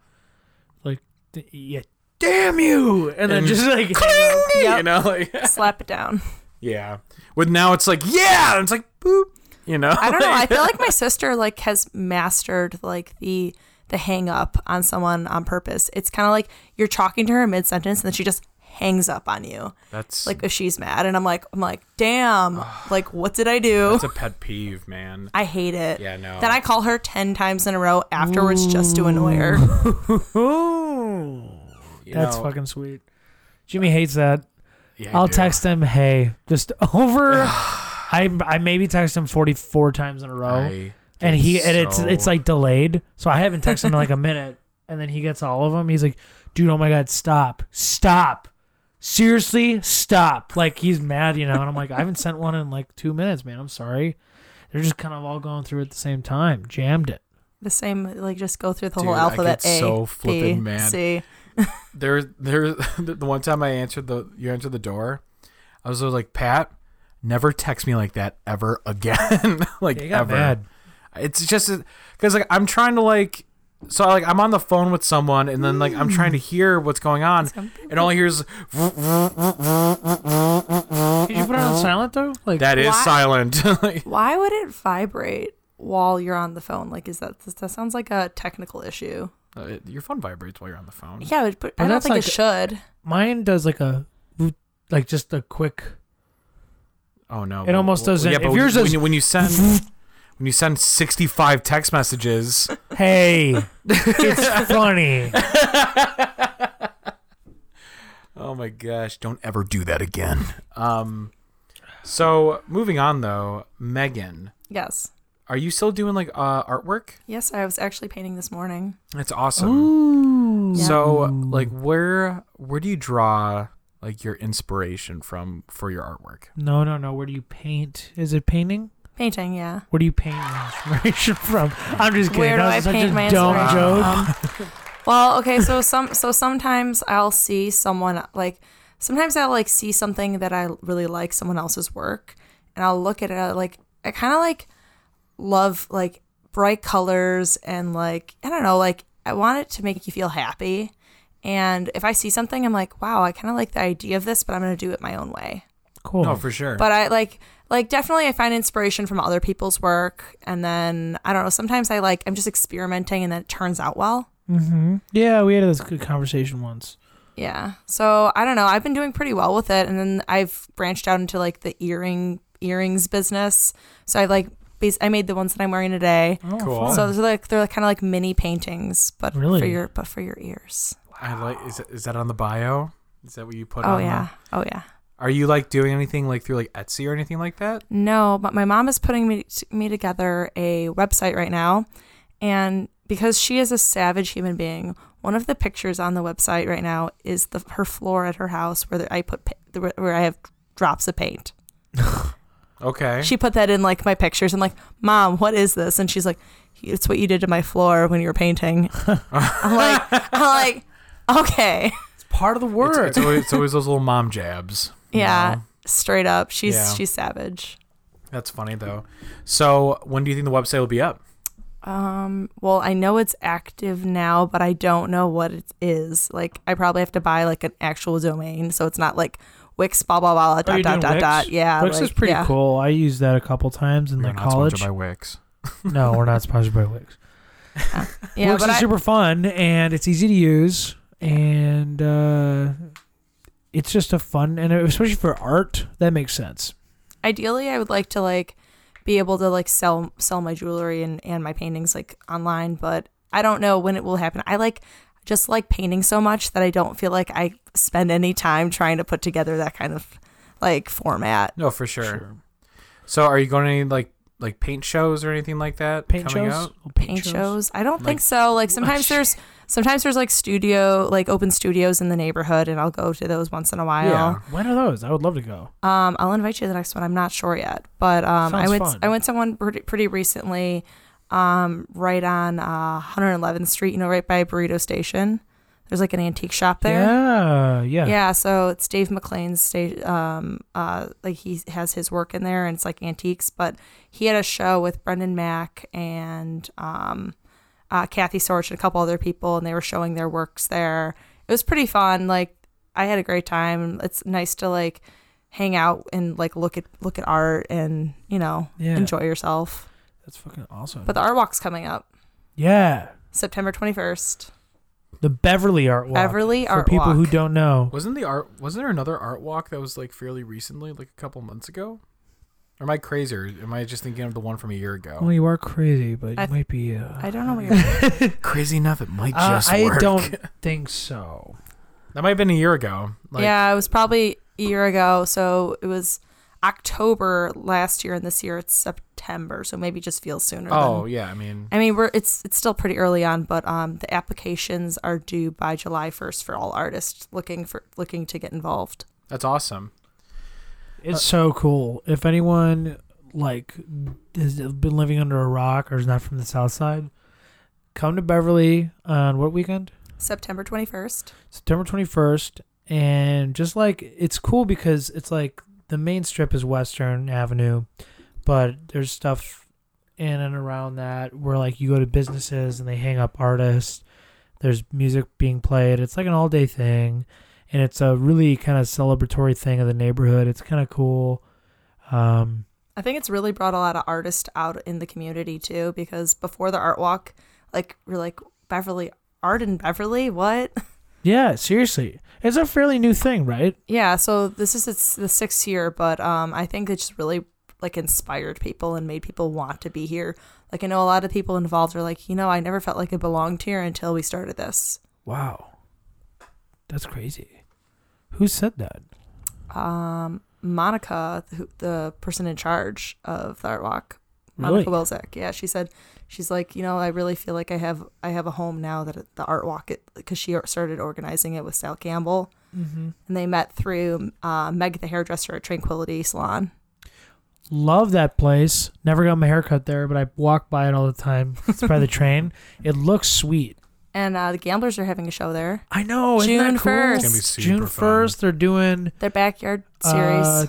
[SPEAKER 2] Like the, yeah. Damn you! And then
[SPEAKER 3] And-
[SPEAKER 2] just like hang
[SPEAKER 3] Cling,
[SPEAKER 2] up.
[SPEAKER 4] Yep.
[SPEAKER 3] you know, like
[SPEAKER 4] Slap it down.
[SPEAKER 3] yeah. With now it's like yeah, and it's like boop, you know.
[SPEAKER 4] I don't know. I feel like my sister like has mastered like the the hang up on someone on purpose. It's kind of like you're talking to her mid sentence and then she just hangs up on you.
[SPEAKER 3] that's
[SPEAKER 4] Like if she's mad and I'm like I'm like, "Damn. like what did I do?"
[SPEAKER 3] that's a pet peeve, man.
[SPEAKER 4] I hate it.
[SPEAKER 3] Yeah, no.
[SPEAKER 4] Then I call her 10 times in a row afterwards just to annoy her.
[SPEAKER 2] Ooh.
[SPEAKER 3] You
[SPEAKER 2] That's
[SPEAKER 3] know,
[SPEAKER 2] fucking sweet. Jimmy hates that.
[SPEAKER 3] yeah,
[SPEAKER 2] I'll
[SPEAKER 3] dude.
[SPEAKER 2] text him, hey, just over. I I maybe text him forty four times in a row,
[SPEAKER 3] I
[SPEAKER 2] and he
[SPEAKER 3] get
[SPEAKER 2] and it's
[SPEAKER 3] so-
[SPEAKER 2] it's like delayed. So I haven't texted him in like a minute, and then he gets all of them. He's like, dude, oh my god, stop, stop, seriously, stop. Like he's mad, you know. And I'm like, I haven't sent one in like two minutes, man. I'm sorry. They're just kind of all going through at the same time. Jammed it.
[SPEAKER 4] The same like just go through the whole
[SPEAKER 3] Dude, I
[SPEAKER 4] alphabet
[SPEAKER 3] get
[SPEAKER 4] A,
[SPEAKER 3] so
[SPEAKER 4] B,
[SPEAKER 3] flippin' mad.
[SPEAKER 4] C.
[SPEAKER 3] there there the one time I answered the you answered the door, I was like, Pat, never text me like that ever again. like
[SPEAKER 2] He got
[SPEAKER 3] ever.
[SPEAKER 2] mad.
[SPEAKER 3] It's just because like I'm trying to like so like I'm on the phone with someone and then like I'm trying
[SPEAKER 2] Mm.
[SPEAKER 3] to hear what's going on and all I hear is
[SPEAKER 2] Did you put it on silent though? Like
[SPEAKER 3] that is
[SPEAKER 4] Why-
[SPEAKER 3] silent. Like,
[SPEAKER 4] Why would it vibrate while you're on the phone? Like is that that sounds like a technical issue.
[SPEAKER 3] uh, Your phone vibrates while you're on the phone.
[SPEAKER 4] Yeah, but, but
[SPEAKER 2] But
[SPEAKER 4] I don't
[SPEAKER 2] that's
[SPEAKER 4] think
[SPEAKER 2] like-
[SPEAKER 4] it should.
[SPEAKER 2] mine does like a like just a quick
[SPEAKER 3] Oh no!
[SPEAKER 2] It almost doesn't-
[SPEAKER 3] Yeah,
[SPEAKER 2] if
[SPEAKER 3] but when,
[SPEAKER 2] yours
[SPEAKER 3] you-
[SPEAKER 2] is-
[SPEAKER 3] when you, when you send when you send 65 text messages,
[SPEAKER 2] hey it's funny
[SPEAKER 3] Oh my gosh, don't ever do that again. Um so moving on though, Megan,
[SPEAKER 4] Yes.
[SPEAKER 3] are you still doing like uh artwork?
[SPEAKER 4] Yes, I was actually painting this morning.
[SPEAKER 3] That's awesome. So like where where do you draw like your inspiration from for your artwork?
[SPEAKER 2] no no no where do you paint is it painting
[SPEAKER 4] Painting, yeah.
[SPEAKER 2] where do you paint your inspiration from i'm just kidding
[SPEAKER 4] Where do
[SPEAKER 2] that was
[SPEAKER 4] I
[SPEAKER 2] such
[SPEAKER 4] paint
[SPEAKER 2] a
[SPEAKER 4] my
[SPEAKER 2] dumb
[SPEAKER 4] inspiration
[SPEAKER 2] joke
[SPEAKER 4] Well, okay, so some so sometimes I'll see someone like sometimes I'll like see something that I really like someone else's work and I'll look at it I like I kind of like love like bright colors and like I don't know, like I want it to make you feel happy. And if I see something I'm like, wow, I kind of like the idea of this, but I'm going to do it my own way.
[SPEAKER 2] cool
[SPEAKER 3] No, for sure.
[SPEAKER 4] but I like like definitely I find inspiration from other people's work and then I don't know sometimes I like I'm just experimenting and then it turns out well.
[SPEAKER 2] hmm yeah we had this good conversation once
[SPEAKER 4] Yeah. So I don't know, I've been doing pretty well with it and then I've branched out into like the earring earrings business. So I like bas- I made the ones that I'm wearing today.
[SPEAKER 2] Oh,
[SPEAKER 3] Cool.
[SPEAKER 2] fun.
[SPEAKER 4] So they're like they're kind of like mini paintings, but for
[SPEAKER 2] Really?
[SPEAKER 4] your but for your ears.
[SPEAKER 3] I like. Is, that- is that on the bio? Is that what you put?
[SPEAKER 4] Oh
[SPEAKER 2] uh,
[SPEAKER 3] on the-
[SPEAKER 4] yeah, oh yeah.
[SPEAKER 3] Are you like doing anything like through like Etsy or anything like that?
[SPEAKER 4] No, but my mom is putting me me together a website right now, and because she is a savage human being, one of the pictures on the website right now is the her floor at her house where I put pa- where- where I have drops of paint.
[SPEAKER 3] Okay.
[SPEAKER 4] She put that in like my pictures. I'm like, Mom, what is this? And she's like, It's what you did to my floor when you were painting. I'm like, I'm like, okay,
[SPEAKER 2] It's part of the
[SPEAKER 3] It's-
[SPEAKER 2] work.
[SPEAKER 3] It's, always, it's always those little mom jabs. you
[SPEAKER 4] yeah,
[SPEAKER 3] know?
[SPEAKER 4] straight up. She's
[SPEAKER 3] Yeah.
[SPEAKER 4] she's savage.
[SPEAKER 3] That's funny though. So when do you think the website will be up?
[SPEAKER 4] Um, well, I know it's active now, but I don't know what it is. Like, I probably have to buy like an actual domain, so it's not like Wix blah blah blah dot
[SPEAKER 2] Oh, you're
[SPEAKER 4] dot
[SPEAKER 2] doing
[SPEAKER 4] dot
[SPEAKER 2] Wix?
[SPEAKER 4] dot. Yeah,
[SPEAKER 2] Wix
[SPEAKER 4] like,
[SPEAKER 2] is pretty
[SPEAKER 4] yeah.
[SPEAKER 2] cool. I used that a couple times in
[SPEAKER 3] We're
[SPEAKER 2] like
[SPEAKER 3] not
[SPEAKER 2] college.
[SPEAKER 3] sponsored by Wix.
[SPEAKER 2] no, we're not sponsored by Wix.
[SPEAKER 4] Yeah,
[SPEAKER 2] Wix
[SPEAKER 4] but
[SPEAKER 2] is
[SPEAKER 4] I,
[SPEAKER 2] super fun and it's easy to use and uh, it's just a fun and especially for art that makes sense.
[SPEAKER 4] ideally, I would like to like be able to like sell sell my jewelry and and my paintings like online, but I don't know when it will happen. I like just like painting so much that I don't feel like I spend any time trying to put together that kind of like format.
[SPEAKER 3] No, for sure. So are you going to any like like paint shows or anything like that
[SPEAKER 2] Paint
[SPEAKER 3] coming
[SPEAKER 2] shows?
[SPEAKER 3] up?
[SPEAKER 2] Oh,
[SPEAKER 4] paint shows. I don't
[SPEAKER 3] Like-
[SPEAKER 4] think so. Like sometimes there's sometimes there's like studio like open studios in the neighborhood and I'll go to those once in a while.
[SPEAKER 2] When are those? I would love to go.
[SPEAKER 4] Um I'll invite you to the next one. I'm not sure yet. But um I
[SPEAKER 2] Sounds
[SPEAKER 4] went
[SPEAKER 2] fun.
[SPEAKER 4] I went to one pretty, pretty recently um right on uh 111th Street, you know, right by Burrito Station. There's like an antique shop there.
[SPEAKER 2] Yeah, yeah.
[SPEAKER 4] Yeah, so it's Dave McLean's stage. Um, uh, like he has his work in there, and it's like antiques. But he had a show with Brendan Mack and um, uh, Kathy Sorch and a couple other people, and they were showing their works there. It was pretty fun. Like I had a great time. It's nice to like hang out and like look at look at art and you know
[SPEAKER 2] Yeah.
[SPEAKER 4] enjoy yourself.
[SPEAKER 2] That's fucking awesome.
[SPEAKER 4] But the art walk's coming up
[SPEAKER 2] yeah.
[SPEAKER 4] September twenty first.
[SPEAKER 2] The Beverly Art Walk.
[SPEAKER 4] Beverly
[SPEAKER 2] for
[SPEAKER 4] Art
[SPEAKER 2] people who
[SPEAKER 4] Walk.
[SPEAKER 2] don't know.
[SPEAKER 3] Wasn't the art wasn't there another art walk that was like fairly recently, like a couple months ago? Or am I crazy or am I just thinking of the one from a year ago?
[SPEAKER 2] Well, you are crazy, but
[SPEAKER 4] I-
[SPEAKER 2] you might be. Uh,
[SPEAKER 4] I don't know what you're.
[SPEAKER 3] crazy enough it might
[SPEAKER 2] Uh,
[SPEAKER 3] just
[SPEAKER 2] I
[SPEAKER 3] work.
[SPEAKER 2] don't think so.
[SPEAKER 3] That might have been a year ago. Like
[SPEAKER 4] yeah, it was probably a year ago. So it was October last year, and this year it's September. So maybe it just feels sooner.
[SPEAKER 3] Oh
[SPEAKER 4] than-
[SPEAKER 3] yeah, I mean
[SPEAKER 4] I mean, we're it's it's still pretty early on, but um, the applications are due by July first for all artists looking for looking to get involved.
[SPEAKER 3] that's awesome.
[SPEAKER 2] It's so cool. If anyone like has been living under a rock or is not from the South Side, come to Beverly on what weekend?
[SPEAKER 4] September twenty first.
[SPEAKER 2] September 21st. And just like, it's cool because it's like the main strip is Western Avenue, but there's stuff in and around that where like you go to businesses and they hang up artists. There's music being played. It's like an all day thing. And it's a really kind of celebratory thing of the neighborhood. It's kind of cool. Um,
[SPEAKER 4] I think it's really brought a lot of artists out in the community too, because before the art walk, like we're like Beverly Art in Beverly, what?
[SPEAKER 2] yeah, seriously. It's a fairly new thing, right?
[SPEAKER 4] Yeah, so this is its the sixth year, but um, I think it just really like inspired people and made people want to be here. Like I know a lot of people involved are like, you know, I never felt like I belonged here until we started this.
[SPEAKER 2] Wow. That's crazy. Who said that?
[SPEAKER 4] Um, Monica, who, the person in charge of the art walk,
[SPEAKER 2] Really?
[SPEAKER 4] Monica Wilczek, yeah, she said she's like, you know, I really feel like I have I have a home now that the art walk because she started organizing it with Sal Campbell,
[SPEAKER 2] Mm-hmm.
[SPEAKER 4] and they met through uh, Meg the hairdresser at Tranquility Salon.
[SPEAKER 2] Love that place. Never got my hair cut there, but I walk by it all the time. It's by the train. It looks sweet.
[SPEAKER 4] and uh, the gamblers are having a show there.
[SPEAKER 2] I know. isn't
[SPEAKER 4] June
[SPEAKER 2] that cool?
[SPEAKER 4] 1st. It's
[SPEAKER 3] gonna be super
[SPEAKER 2] June
[SPEAKER 3] fun.
[SPEAKER 2] first, they're doing
[SPEAKER 4] Their backyard series.
[SPEAKER 2] uh,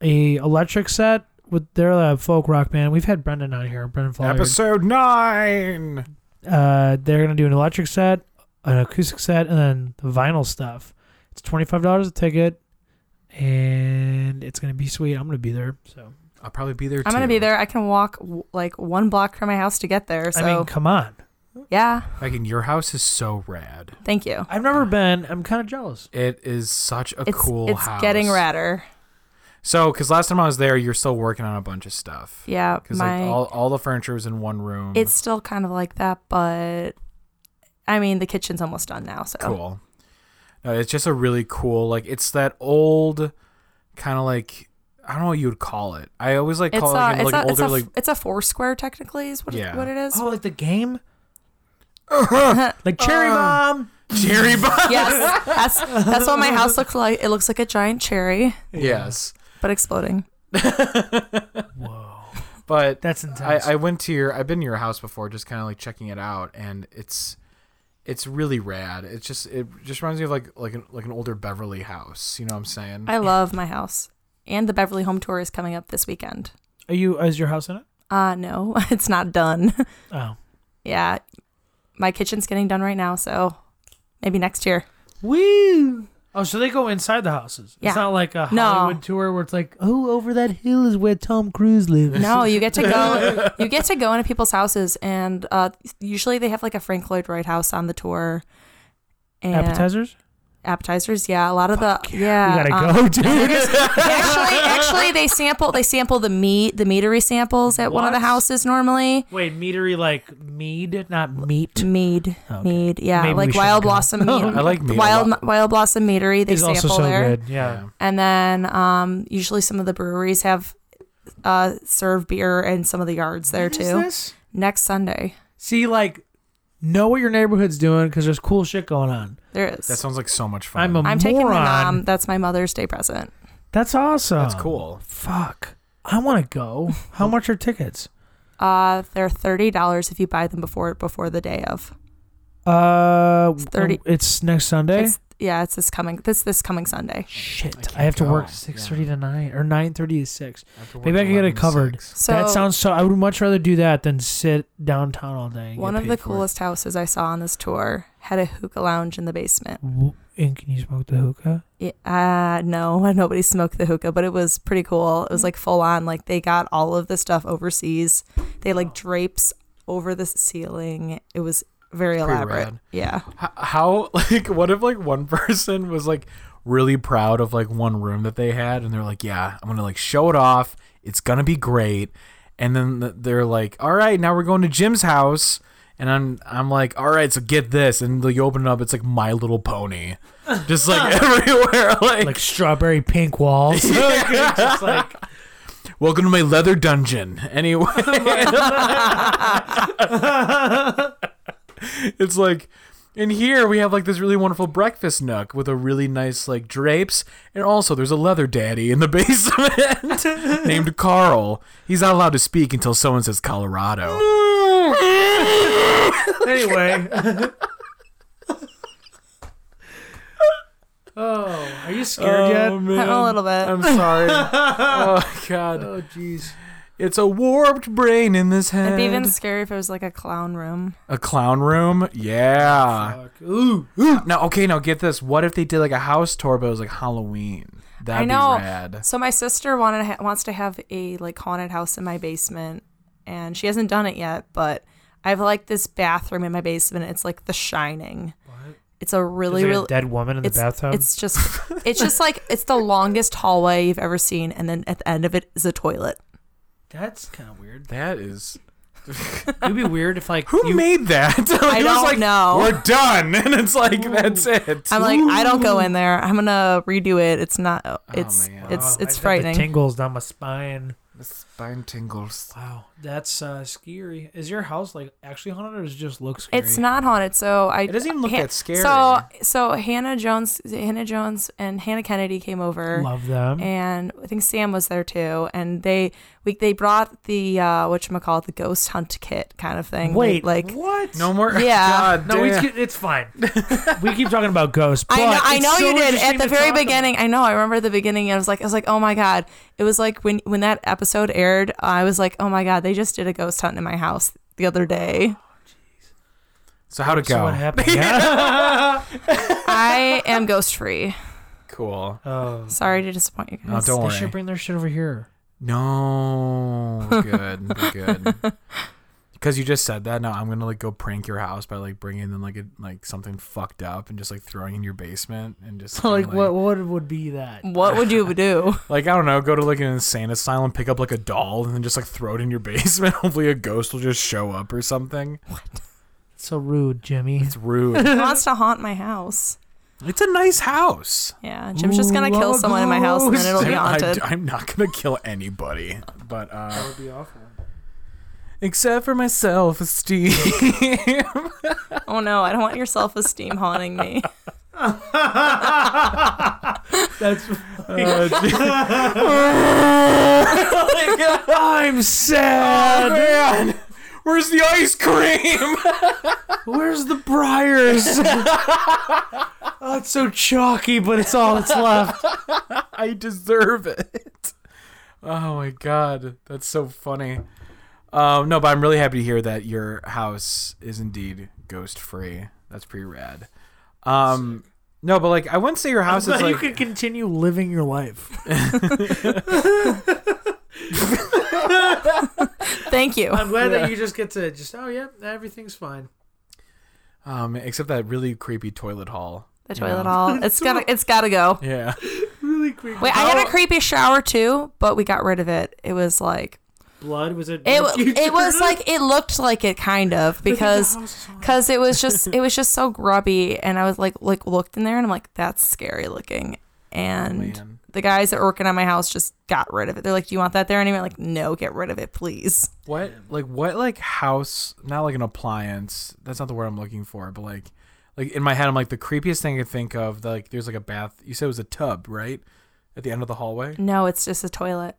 [SPEAKER 2] a electric set with their uh, folk rock band. We've had Brendan on here. Brendan Flyer.
[SPEAKER 3] Episode nine.
[SPEAKER 2] Uh, they're gonna do an electric set, an acoustic set, and then the vinyl stuff. It's twenty five dollars a ticket, and it's gonna be sweet. I'm gonna be there. So
[SPEAKER 3] I'll probably be there too.
[SPEAKER 4] I'm gonna be there. I can walk w- like one block from my house to get there. So
[SPEAKER 2] I mean, come on.
[SPEAKER 4] yeah,
[SPEAKER 3] Like in your house is so rad.
[SPEAKER 4] thank you.
[SPEAKER 2] I've never been. I'm kind of jealous.
[SPEAKER 3] It is such a
[SPEAKER 4] It's
[SPEAKER 3] cool
[SPEAKER 4] it's
[SPEAKER 3] house.
[SPEAKER 4] getting radder.
[SPEAKER 3] So, because last time I was there, you're still working on a bunch of stuff.
[SPEAKER 4] Yeah,
[SPEAKER 3] Because
[SPEAKER 4] my
[SPEAKER 3] like all, all the furniture was in one room.
[SPEAKER 4] it's still kind of like that, but I mean the kitchen's almost done now, so
[SPEAKER 3] cool. No, it's just a really cool like it's that old kind of like I don't know what you would call it. I always like
[SPEAKER 4] it's
[SPEAKER 3] call it like,
[SPEAKER 4] a,
[SPEAKER 3] an-
[SPEAKER 4] it's,
[SPEAKER 3] like an
[SPEAKER 4] a, it's,
[SPEAKER 3] older
[SPEAKER 4] a,
[SPEAKER 3] like
[SPEAKER 4] it's a four square technically is what,
[SPEAKER 3] Yeah.
[SPEAKER 4] it, what it is.
[SPEAKER 2] Oh, like the game? like Cherry
[SPEAKER 4] Uh,
[SPEAKER 2] Bomb.
[SPEAKER 3] cherry bomb.
[SPEAKER 4] Yes, that's that's what my house looks like. It looks like a giant cherry,
[SPEAKER 3] Yes,
[SPEAKER 4] but exploding.
[SPEAKER 2] Whoa.
[SPEAKER 3] but
[SPEAKER 2] That's
[SPEAKER 3] I,
[SPEAKER 2] intense.
[SPEAKER 3] I went to your I've been to your house before, just kind of like checking it out, and it's it's really rad. It's just it just reminds me of like like an like an older Beverly house. You know what I'm saying?
[SPEAKER 4] I love my house, and the Beverly Home Tour is coming up this weekend.
[SPEAKER 2] Are you is your house in it?
[SPEAKER 4] Uh no, it's not done.
[SPEAKER 2] Oh.
[SPEAKER 4] yeah, my kitchen's getting done right now, so maybe next year.
[SPEAKER 2] Woo. Oh, so they go inside the houses.
[SPEAKER 4] Yeah.
[SPEAKER 2] It's not like a
[SPEAKER 4] No.
[SPEAKER 2] Hollywood tour where it's like, oh, over that hill is where Tom Cruise lives.
[SPEAKER 4] No, you get to go. You get to go into people's houses, and uh, usually they have like a Frank Lloyd Wright house on the tour. And
[SPEAKER 2] Appetizers?
[SPEAKER 4] Appetizers, yeah. A lot of the
[SPEAKER 2] You
[SPEAKER 4] yeah. um,
[SPEAKER 2] gotta go, dude.
[SPEAKER 4] actually, actually, they sample they sample the meat, the meadery samples at one of the
[SPEAKER 2] What?
[SPEAKER 4] houses normally.
[SPEAKER 2] Wait, meadery like mead, not meat.
[SPEAKER 4] Mead,
[SPEAKER 2] Okay.
[SPEAKER 4] mead, yeah,
[SPEAKER 2] Maybe we
[SPEAKER 4] like
[SPEAKER 2] shouldn't
[SPEAKER 4] Wild
[SPEAKER 2] go.
[SPEAKER 4] Blossom. Mead,
[SPEAKER 3] I like mead a
[SPEAKER 4] Wild
[SPEAKER 3] lot.
[SPEAKER 4] Wild Blossom Meadery. They
[SPEAKER 2] It's
[SPEAKER 4] sample
[SPEAKER 2] also so
[SPEAKER 4] there,
[SPEAKER 2] good. Yeah.
[SPEAKER 3] Yeah.
[SPEAKER 4] and then um, usually some of the breweries have uh, serve beer and some of the yards there
[SPEAKER 2] What
[SPEAKER 4] too.
[SPEAKER 2] is this?
[SPEAKER 4] Next Sunday,
[SPEAKER 2] See, like, know what your neighborhood's doing because there's cool shit going on.
[SPEAKER 4] there is.
[SPEAKER 3] That sounds like so much fun.
[SPEAKER 2] I'm a
[SPEAKER 4] I'm
[SPEAKER 2] moron.
[SPEAKER 4] taking my mom. That's my Mother's Day present.
[SPEAKER 2] That's awesome.
[SPEAKER 3] That's cool.
[SPEAKER 2] Fuck. I want to go. How much are tickets?
[SPEAKER 4] Uh, they're thirty dollars if you buy them before before the day of.
[SPEAKER 2] Uh,
[SPEAKER 4] It's 30.
[SPEAKER 2] It's next Sunday.
[SPEAKER 4] It's, yeah, it's this coming this this coming Sunday.
[SPEAKER 2] Shit,
[SPEAKER 3] can't
[SPEAKER 2] I, have to
[SPEAKER 3] go.
[SPEAKER 2] work six thirty to nine or nine thirty to six.
[SPEAKER 3] After
[SPEAKER 2] Maybe
[SPEAKER 3] work
[SPEAKER 2] I can get it
[SPEAKER 3] 11 to
[SPEAKER 2] covered.
[SPEAKER 3] 6.
[SPEAKER 4] So
[SPEAKER 2] that sounds so. I would much rather do that than sit downtown all day. and get
[SPEAKER 4] one of
[SPEAKER 2] paid
[SPEAKER 4] the
[SPEAKER 2] for it.
[SPEAKER 4] coolest houses I saw on this tour had a hookah lounge in the basement.
[SPEAKER 2] W- And can you smoke the hookah?
[SPEAKER 4] It, uh, no, nobody smoked the hookah, but it was pretty cool. It
[SPEAKER 3] Mm.
[SPEAKER 4] was like full on. Like they got all of the stuff overseas. They had, like drapes over the ceiling. It was very
[SPEAKER 3] It's pretty
[SPEAKER 4] elaborate.
[SPEAKER 3] rad.
[SPEAKER 4] Yeah.
[SPEAKER 3] H- How like what if like one person was like really proud of like one room that they had and they're like, yeah, I'm gonna like show it off. It's gonna be great. And then th- they're like, all right, now we're going to Jim's house. And I'm I'm like, all right, so get this. And like, you open it up, it's like My Little Pony, just like everywhere. Like,
[SPEAKER 2] Like strawberry pink walls. Like, it's just like
[SPEAKER 3] welcome to my leather dungeon. Anyway, it's like. In here we have like this really wonderful breakfast nook with a really nice like drapes, and also there's a leather daddy in the basement named Carl. He's not allowed to speak until someone says Colorado.
[SPEAKER 2] anyway. oh, are you scared yet?
[SPEAKER 3] Oh, man.
[SPEAKER 4] A little bit.
[SPEAKER 3] I'm sorry. oh god,
[SPEAKER 2] Oh, jeez.
[SPEAKER 3] it's a warped brain in this head.
[SPEAKER 4] It'd be even scary if it was like a clown room.
[SPEAKER 3] a clown room, yeah.
[SPEAKER 2] Fuck. Ooh.
[SPEAKER 3] Now, okay, now get this. What if they did like a house tour, but it was like Halloween? That'd
[SPEAKER 4] I know.
[SPEAKER 3] be rad.
[SPEAKER 4] So my sister wanted to ha- wants to have a like haunted house in my basement, and she hasn't done it yet. But I have like this bathroom in my basement. It's like The Shining. It's a really
[SPEAKER 2] There's, like,
[SPEAKER 4] really
[SPEAKER 2] a dead woman in the
[SPEAKER 4] it's,
[SPEAKER 3] Um,
[SPEAKER 2] bathtub.
[SPEAKER 4] It's just it's just like it's the longest hallway you've ever seen, and then at the end of it is a toilet.
[SPEAKER 2] That's kind of weird.
[SPEAKER 3] That is.
[SPEAKER 2] It'd be weird if like
[SPEAKER 3] Who
[SPEAKER 2] you,
[SPEAKER 3] made that? Like,
[SPEAKER 4] I
[SPEAKER 3] it was
[SPEAKER 4] don't
[SPEAKER 3] like,
[SPEAKER 4] know.
[SPEAKER 3] We're done, and it's like that's it.
[SPEAKER 4] I'm like, I don't go in there. I'm gonna redo it. It's not. It's
[SPEAKER 3] Oh, man.
[SPEAKER 4] it's
[SPEAKER 2] Oh, I
[SPEAKER 4] it's
[SPEAKER 2] got
[SPEAKER 4] frightening.
[SPEAKER 2] The tingles down my spine.
[SPEAKER 3] The spine tingles.
[SPEAKER 2] Wow, that's uh, scary. Is your house like actually haunted, or does it just look scary?
[SPEAKER 4] It's not haunted, so I.
[SPEAKER 3] It doesn't even look
[SPEAKER 4] Han-
[SPEAKER 3] that scary.
[SPEAKER 4] So, so Hannah Jones, Hannah Jones, and Hannah Kennedy came over,
[SPEAKER 2] Love them.
[SPEAKER 4] and I think Sam was there too. And they we they brought the uh, what call it the ghost hunt kit kind of thing.
[SPEAKER 2] Wait,
[SPEAKER 4] like
[SPEAKER 2] what?
[SPEAKER 3] No more.
[SPEAKER 4] Yeah.
[SPEAKER 3] God,
[SPEAKER 2] no, we
[SPEAKER 3] damn.
[SPEAKER 2] keep, it's fine. we keep talking about ghosts. But
[SPEAKER 4] I know, I
[SPEAKER 2] it's
[SPEAKER 4] know
[SPEAKER 2] so
[SPEAKER 4] you did
[SPEAKER 2] interesting
[SPEAKER 4] at the
[SPEAKER 2] to
[SPEAKER 4] very
[SPEAKER 2] talk about.
[SPEAKER 4] beginning. I know. I remember the beginning. And I was like, I was like, oh my god. It was like when when that episode aired. I was like, oh my god, they just did a ghost hunt in my house the other day.
[SPEAKER 3] So how'd it
[SPEAKER 2] So
[SPEAKER 3] go?
[SPEAKER 2] what happened? Yeah.
[SPEAKER 4] I am ghost free.
[SPEAKER 3] Cool.
[SPEAKER 2] oh,
[SPEAKER 4] Sorry to disappoint you
[SPEAKER 3] No,
[SPEAKER 4] guys.
[SPEAKER 3] don't
[SPEAKER 2] they
[SPEAKER 3] worry.
[SPEAKER 2] should bring their shit over here.
[SPEAKER 3] No, we're good, we're good. because you just said that. Now I'm gonna like go prank your house by like bringing in like a, like something fucked up and just like throwing in your basement and just
[SPEAKER 2] like what what would be that?
[SPEAKER 4] What would you do?
[SPEAKER 3] Like I don't know, go to like an insane asylum, pick up like a doll, and then just like throw it in your basement. Hopefully a ghost will just show up or something.
[SPEAKER 2] So rude, Jimmy.
[SPEAKER 3] It's rude.
[SPEAKER 4] He wants to haunt my house.
[SPEAKER 3] it's a nice house.
[SPEAKER 4] Yeah, Jim's just gonna kill someone in my house and then it'll be
[SPEAKER 3] I- I-
[SPEAKER 4] haunted.
[SPEAKER 3] I'm not gonna kill anybody, but uh,
[SPEAKER 2] would be awful.
[SPEAKER 3] except for my self-esteem.
[SPEAKER 4] Oh no, I don't want your self esteem haunting me.
[SPEAKER 2] That's
[SPEAKER 3] Uh, gee.
[SPEAKER 2] I'm
[SPEAKER 3] Oh,
[SPEAKER 2] sad.
[SPEAKER 3] man. Where's the ice cream?
[SPEAKER 2] Where's the briars? oh, it's so chalky, but it's all that's left.
[SPEAKER 3] I deserve it. Oh my god, that's so funny. Um, no, but I'm really happy to hear that your house is indeed ghost free. That's pretty rad. Um, no, but like I wouldn't say your house is
[SPEAKER 2] But you
[SPEAKER 3] like
[SPEAKER 2] can continue living your life.
[SPEAKER 4] Thank you.
[SPEAKER 2] I'm glad that you just get to just oh yeah, everything's fine.
[SPEAKER 3] um, except that really creepy toilet hall. Oh,
[SPEAKER 4] The
[SPEAKER 3] you
[SPEAKER 4] toilet
[SPEAKER 3] know?
[SPEAKER 4] hall. It's gotta it's gotta go.
[SPEAKER 3] Yeah.
[SPEAKER 2] Really creepy.
[SPEAKER 4] Wait, I had a creepy shower too, but we got rid of it. It was like
[SPEAKER 2] blood was it?
[SPEAKER 4] it wa- it was like it looked like it kind of because because it was just it was just so grubby and I was like like looked in there and I'm like that's scary looking and
[SPEAKER 3] man.
[SPEAKER 4] the guys that were working on my house just got rid of it. They're like, "Do you want that there?" And I'm like, "No, get rid of it, please."
[SPEAKER 3] What like what like house? Not like an appliance. That's not the word I'm looking for. But like, like in my head, I'm like the creepiest thing I could think of. Like there's like a bath. You said it was a tub, right? At the end of the hallway.
[SPEAKER 4] No, it's just a toilet.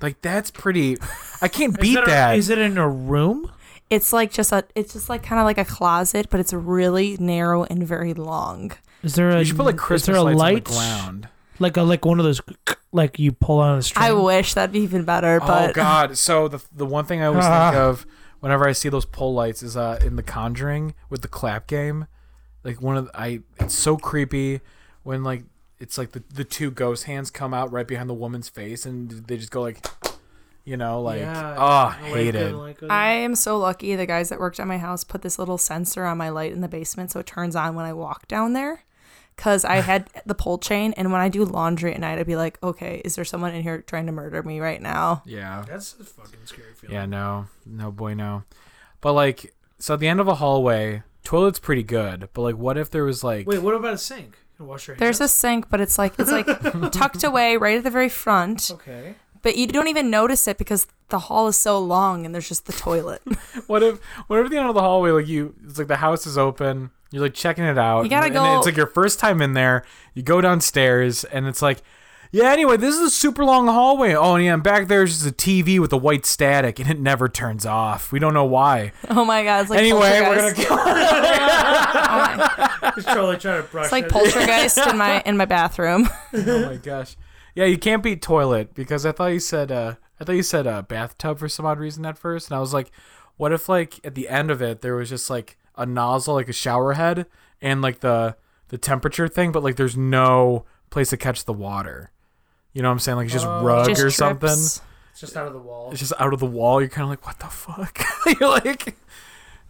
[SPEAKER 3] Like that's pretty. I can't beat
[SPEAKER 2] is
[SPEAKER 3] that.
[SPEAKER 2] Is it in a room?
[SPEAKER 4] It's like just a it's just like kind of like a closet, but it's really narrow and very long.
[SPEAKER 2] Is there a
[SPEAKER 3] you should put like
[SPEAKER 2] is
[SPEAKER 3] Christmas
[SPEAKER 2] there a
[SPEAKER 3] lights
[SPEAKER 2] light
[SPEAKER 3] on the ground.
[SPEAKER 2] like a like one of those like you pull on a string?
[SPEAKER 4] I wish that'd be even better, but
[SPEAKER 3] oh God! So the the one thing I always think of whenever I see those pole lights is uh in The Conjuring with the clap game, like one of the, I it's so creepy when like it's like the the two ghost hands come out right behind the woman's face and they just go like, you know, like ah oh, hate it.
[SPEAKER 4] I am so lucky. The guys that worked at my house put this little sensor on my light in the basement, so it turns on when I walk down there. Cause I had the pole chain, and when I do laundry at night, I'd be like, "Okay, is there someone in here trying to murder me right now?"
[SPEAKER 3] Yeah.
[SPEAKER 2] That's a fucking scary feeling.
[SPEAKER 3] Yeah, no, no, boy, no. But like, so at the end of a hallway, toilet's pretty good. But like, what if there was like,
[SPEAKER 2] Wait, what about a sink? You can wash your hands.
[SPEAKER 4] There's a sink, but it's like it's like tucked away right at the very front,
[SPEAKER 2] okay.
[SPEAKER 4] but you don't even notice it because the hall is so long, and there's just the toilet.
[SPEAKER 3] what if, what if at the end of the hallway, like you, it's like the house is open, you're like checking it out,
[SPEAKER 4] You gotta
[SPEAKER 3] and, and
[SPEAKER 4] go-
[SPEAKER 3] it's like your first time in there. You go downstairs, and it's like. Yeah, anyway, this is a super long hallway. Oh, and yeah, and back there's just a TV with a white static, and it never turns off. We don't know why.
[SPEAKER 4] Oh my god! It's like
[SPEAKER 3] anyway, we're going
[SPEAKER 4] Poltergeist.
[SPEAKER 3] to kill
[SPEAKER 4] Oh my-
[SPEAKER 2] Just totally trying to brush.
[SPEAKER 4] It's like
[SPEAKER 2] it.
[SPEAKER 4] poltergeist in my in my bathroom.
[SPEAKER 3] Oh, my gosh. Yeah, you can't beat toilet because I thought you said, uh, I thought you said uh, bathtub for some odd reason at first. And I was like, what if, like, at the end of it, there was just, like, a nozzle, like a shower head, and, like, the, the temperature thing, but, like, there's no place to catch the water. You know what I'm saying? Like, it's just rug
[SPEAKER 4] Oh, Just
[SPEAKER 3] or
[SPEAKER 4] trips.
[SPEAKER 3] something.
[SPEAKER 2] It's just out of the wall.
[SPEAKER 3] It's just out of the wall. You're kind of like, what the fuck? You're like,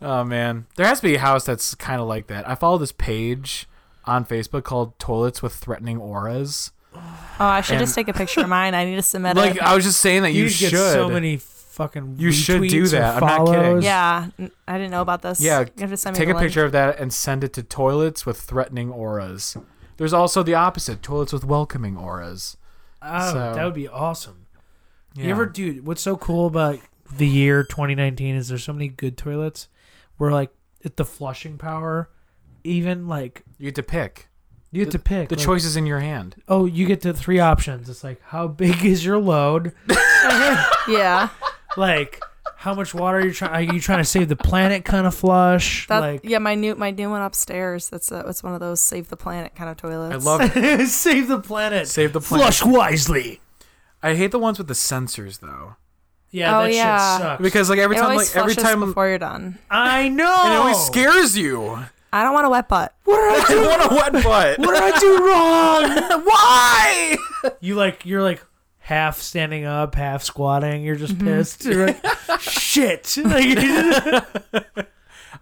[SPEAKER 3] oh man. There has to be a house that's kind of like that. I follow this page on Facebook called Toilets with Threatening Auras.
[SPEAKER 4] Oh, I should
[SPEAKER 3] And-
[SPEAKER 4] just take a picture of mine. I need to submit
[SPEAKER 3] Like
[SPEAKER 4] it.
[SPEAKER 3] I was just saying that you,
[SPEAKER 2] You'd
[SPEAKER 3] should.
[SPEAKER 2] get so many fucking.
[SPEAKER 3] You should do
[SPEAKER 2] retweets or
[SPEAKER 3] that. I'm not kidding.
[SPEAKER 2] follows.
[SPEAKER 4] Yeah, n- I didn't know about this.
[SPEAKER 3] Yeah,
[SPEAKER 4] you have to send me
[SPEAKER 3] Take
[SPEAKER 4] the
[SPEAKER 3] a
[SPEAKER 4] link.
[SPEAKER 3] picture of that and send it to Toilets with Threatening Auras. There's also the opposite, Toilets with Welcoming Auras.
[SPEAKER 2] Oh,
[SPEAKER 3] So-
[SPEAKER 2] that would be awesome.
[SPEAKER 3] Yeah.
[SPEAKER 2] You ever, dude? What's so cool about the year 2019 is there's so many good toilets where like at the flushing power, even like
[SPEAKER 3] You get to pick.
[SPEAKER 2] you get to pick
[SPEAKER 3] The
[SPEAKER 2] like,
[SPEAKER 3] choice is in your hand.
[SPEAKER 2] Oh, you get to three options. It's like how big is your load?
[SPEAKER 4] Yeah,
[SPEAKER 2] like how much water are you trying? Are you trying to save the planet? Kind of flush.
[SPEAKER 4] that,
[SPEAKER 2] like
[SPEAKER 4] yeah. My new my new one upstairs. That's a, it's one of those save the planet kind of toilets.
[SPEAKER 3] I love it.
[SPEAKER 2] save the planet.
[SPEAKER 3] Save the planet.
[SPEAKER 2] Flush wisely.
[SPEAKER 3] I hate the ones with the sensors though.
[SPEAKER 2] Yeah,
[SPEAKER 4] Oh,
[SPEAKER 2] that
[SPEAKER 4] yeah.
[SPEAKER 2] shit sucks.
[SPEAKER 3] Because like every
[SPEAKER 4] It
[SPEAKER 3] time
[SPEAKER 4] always
[SPEAKER 3] like every
[SPEAKER 4] flushes
[SPEAKER 3] time
[SPEAKER 4] before you're done.
[SPEAKER 2] I know.
[SPEAKER 3] and it always scares you.
[SPEAKER 4] I don't want a wet butt.
[SPEAKER 3] What did I do? want a wet butt.
[SPEAKER 2] What did I do wrong?
[SPEAKER 3] Why?
[SPEAKER 2] Mm-hmm. You like you're like half standing up, half squatting. You're just pissed. You're like, shit. Like,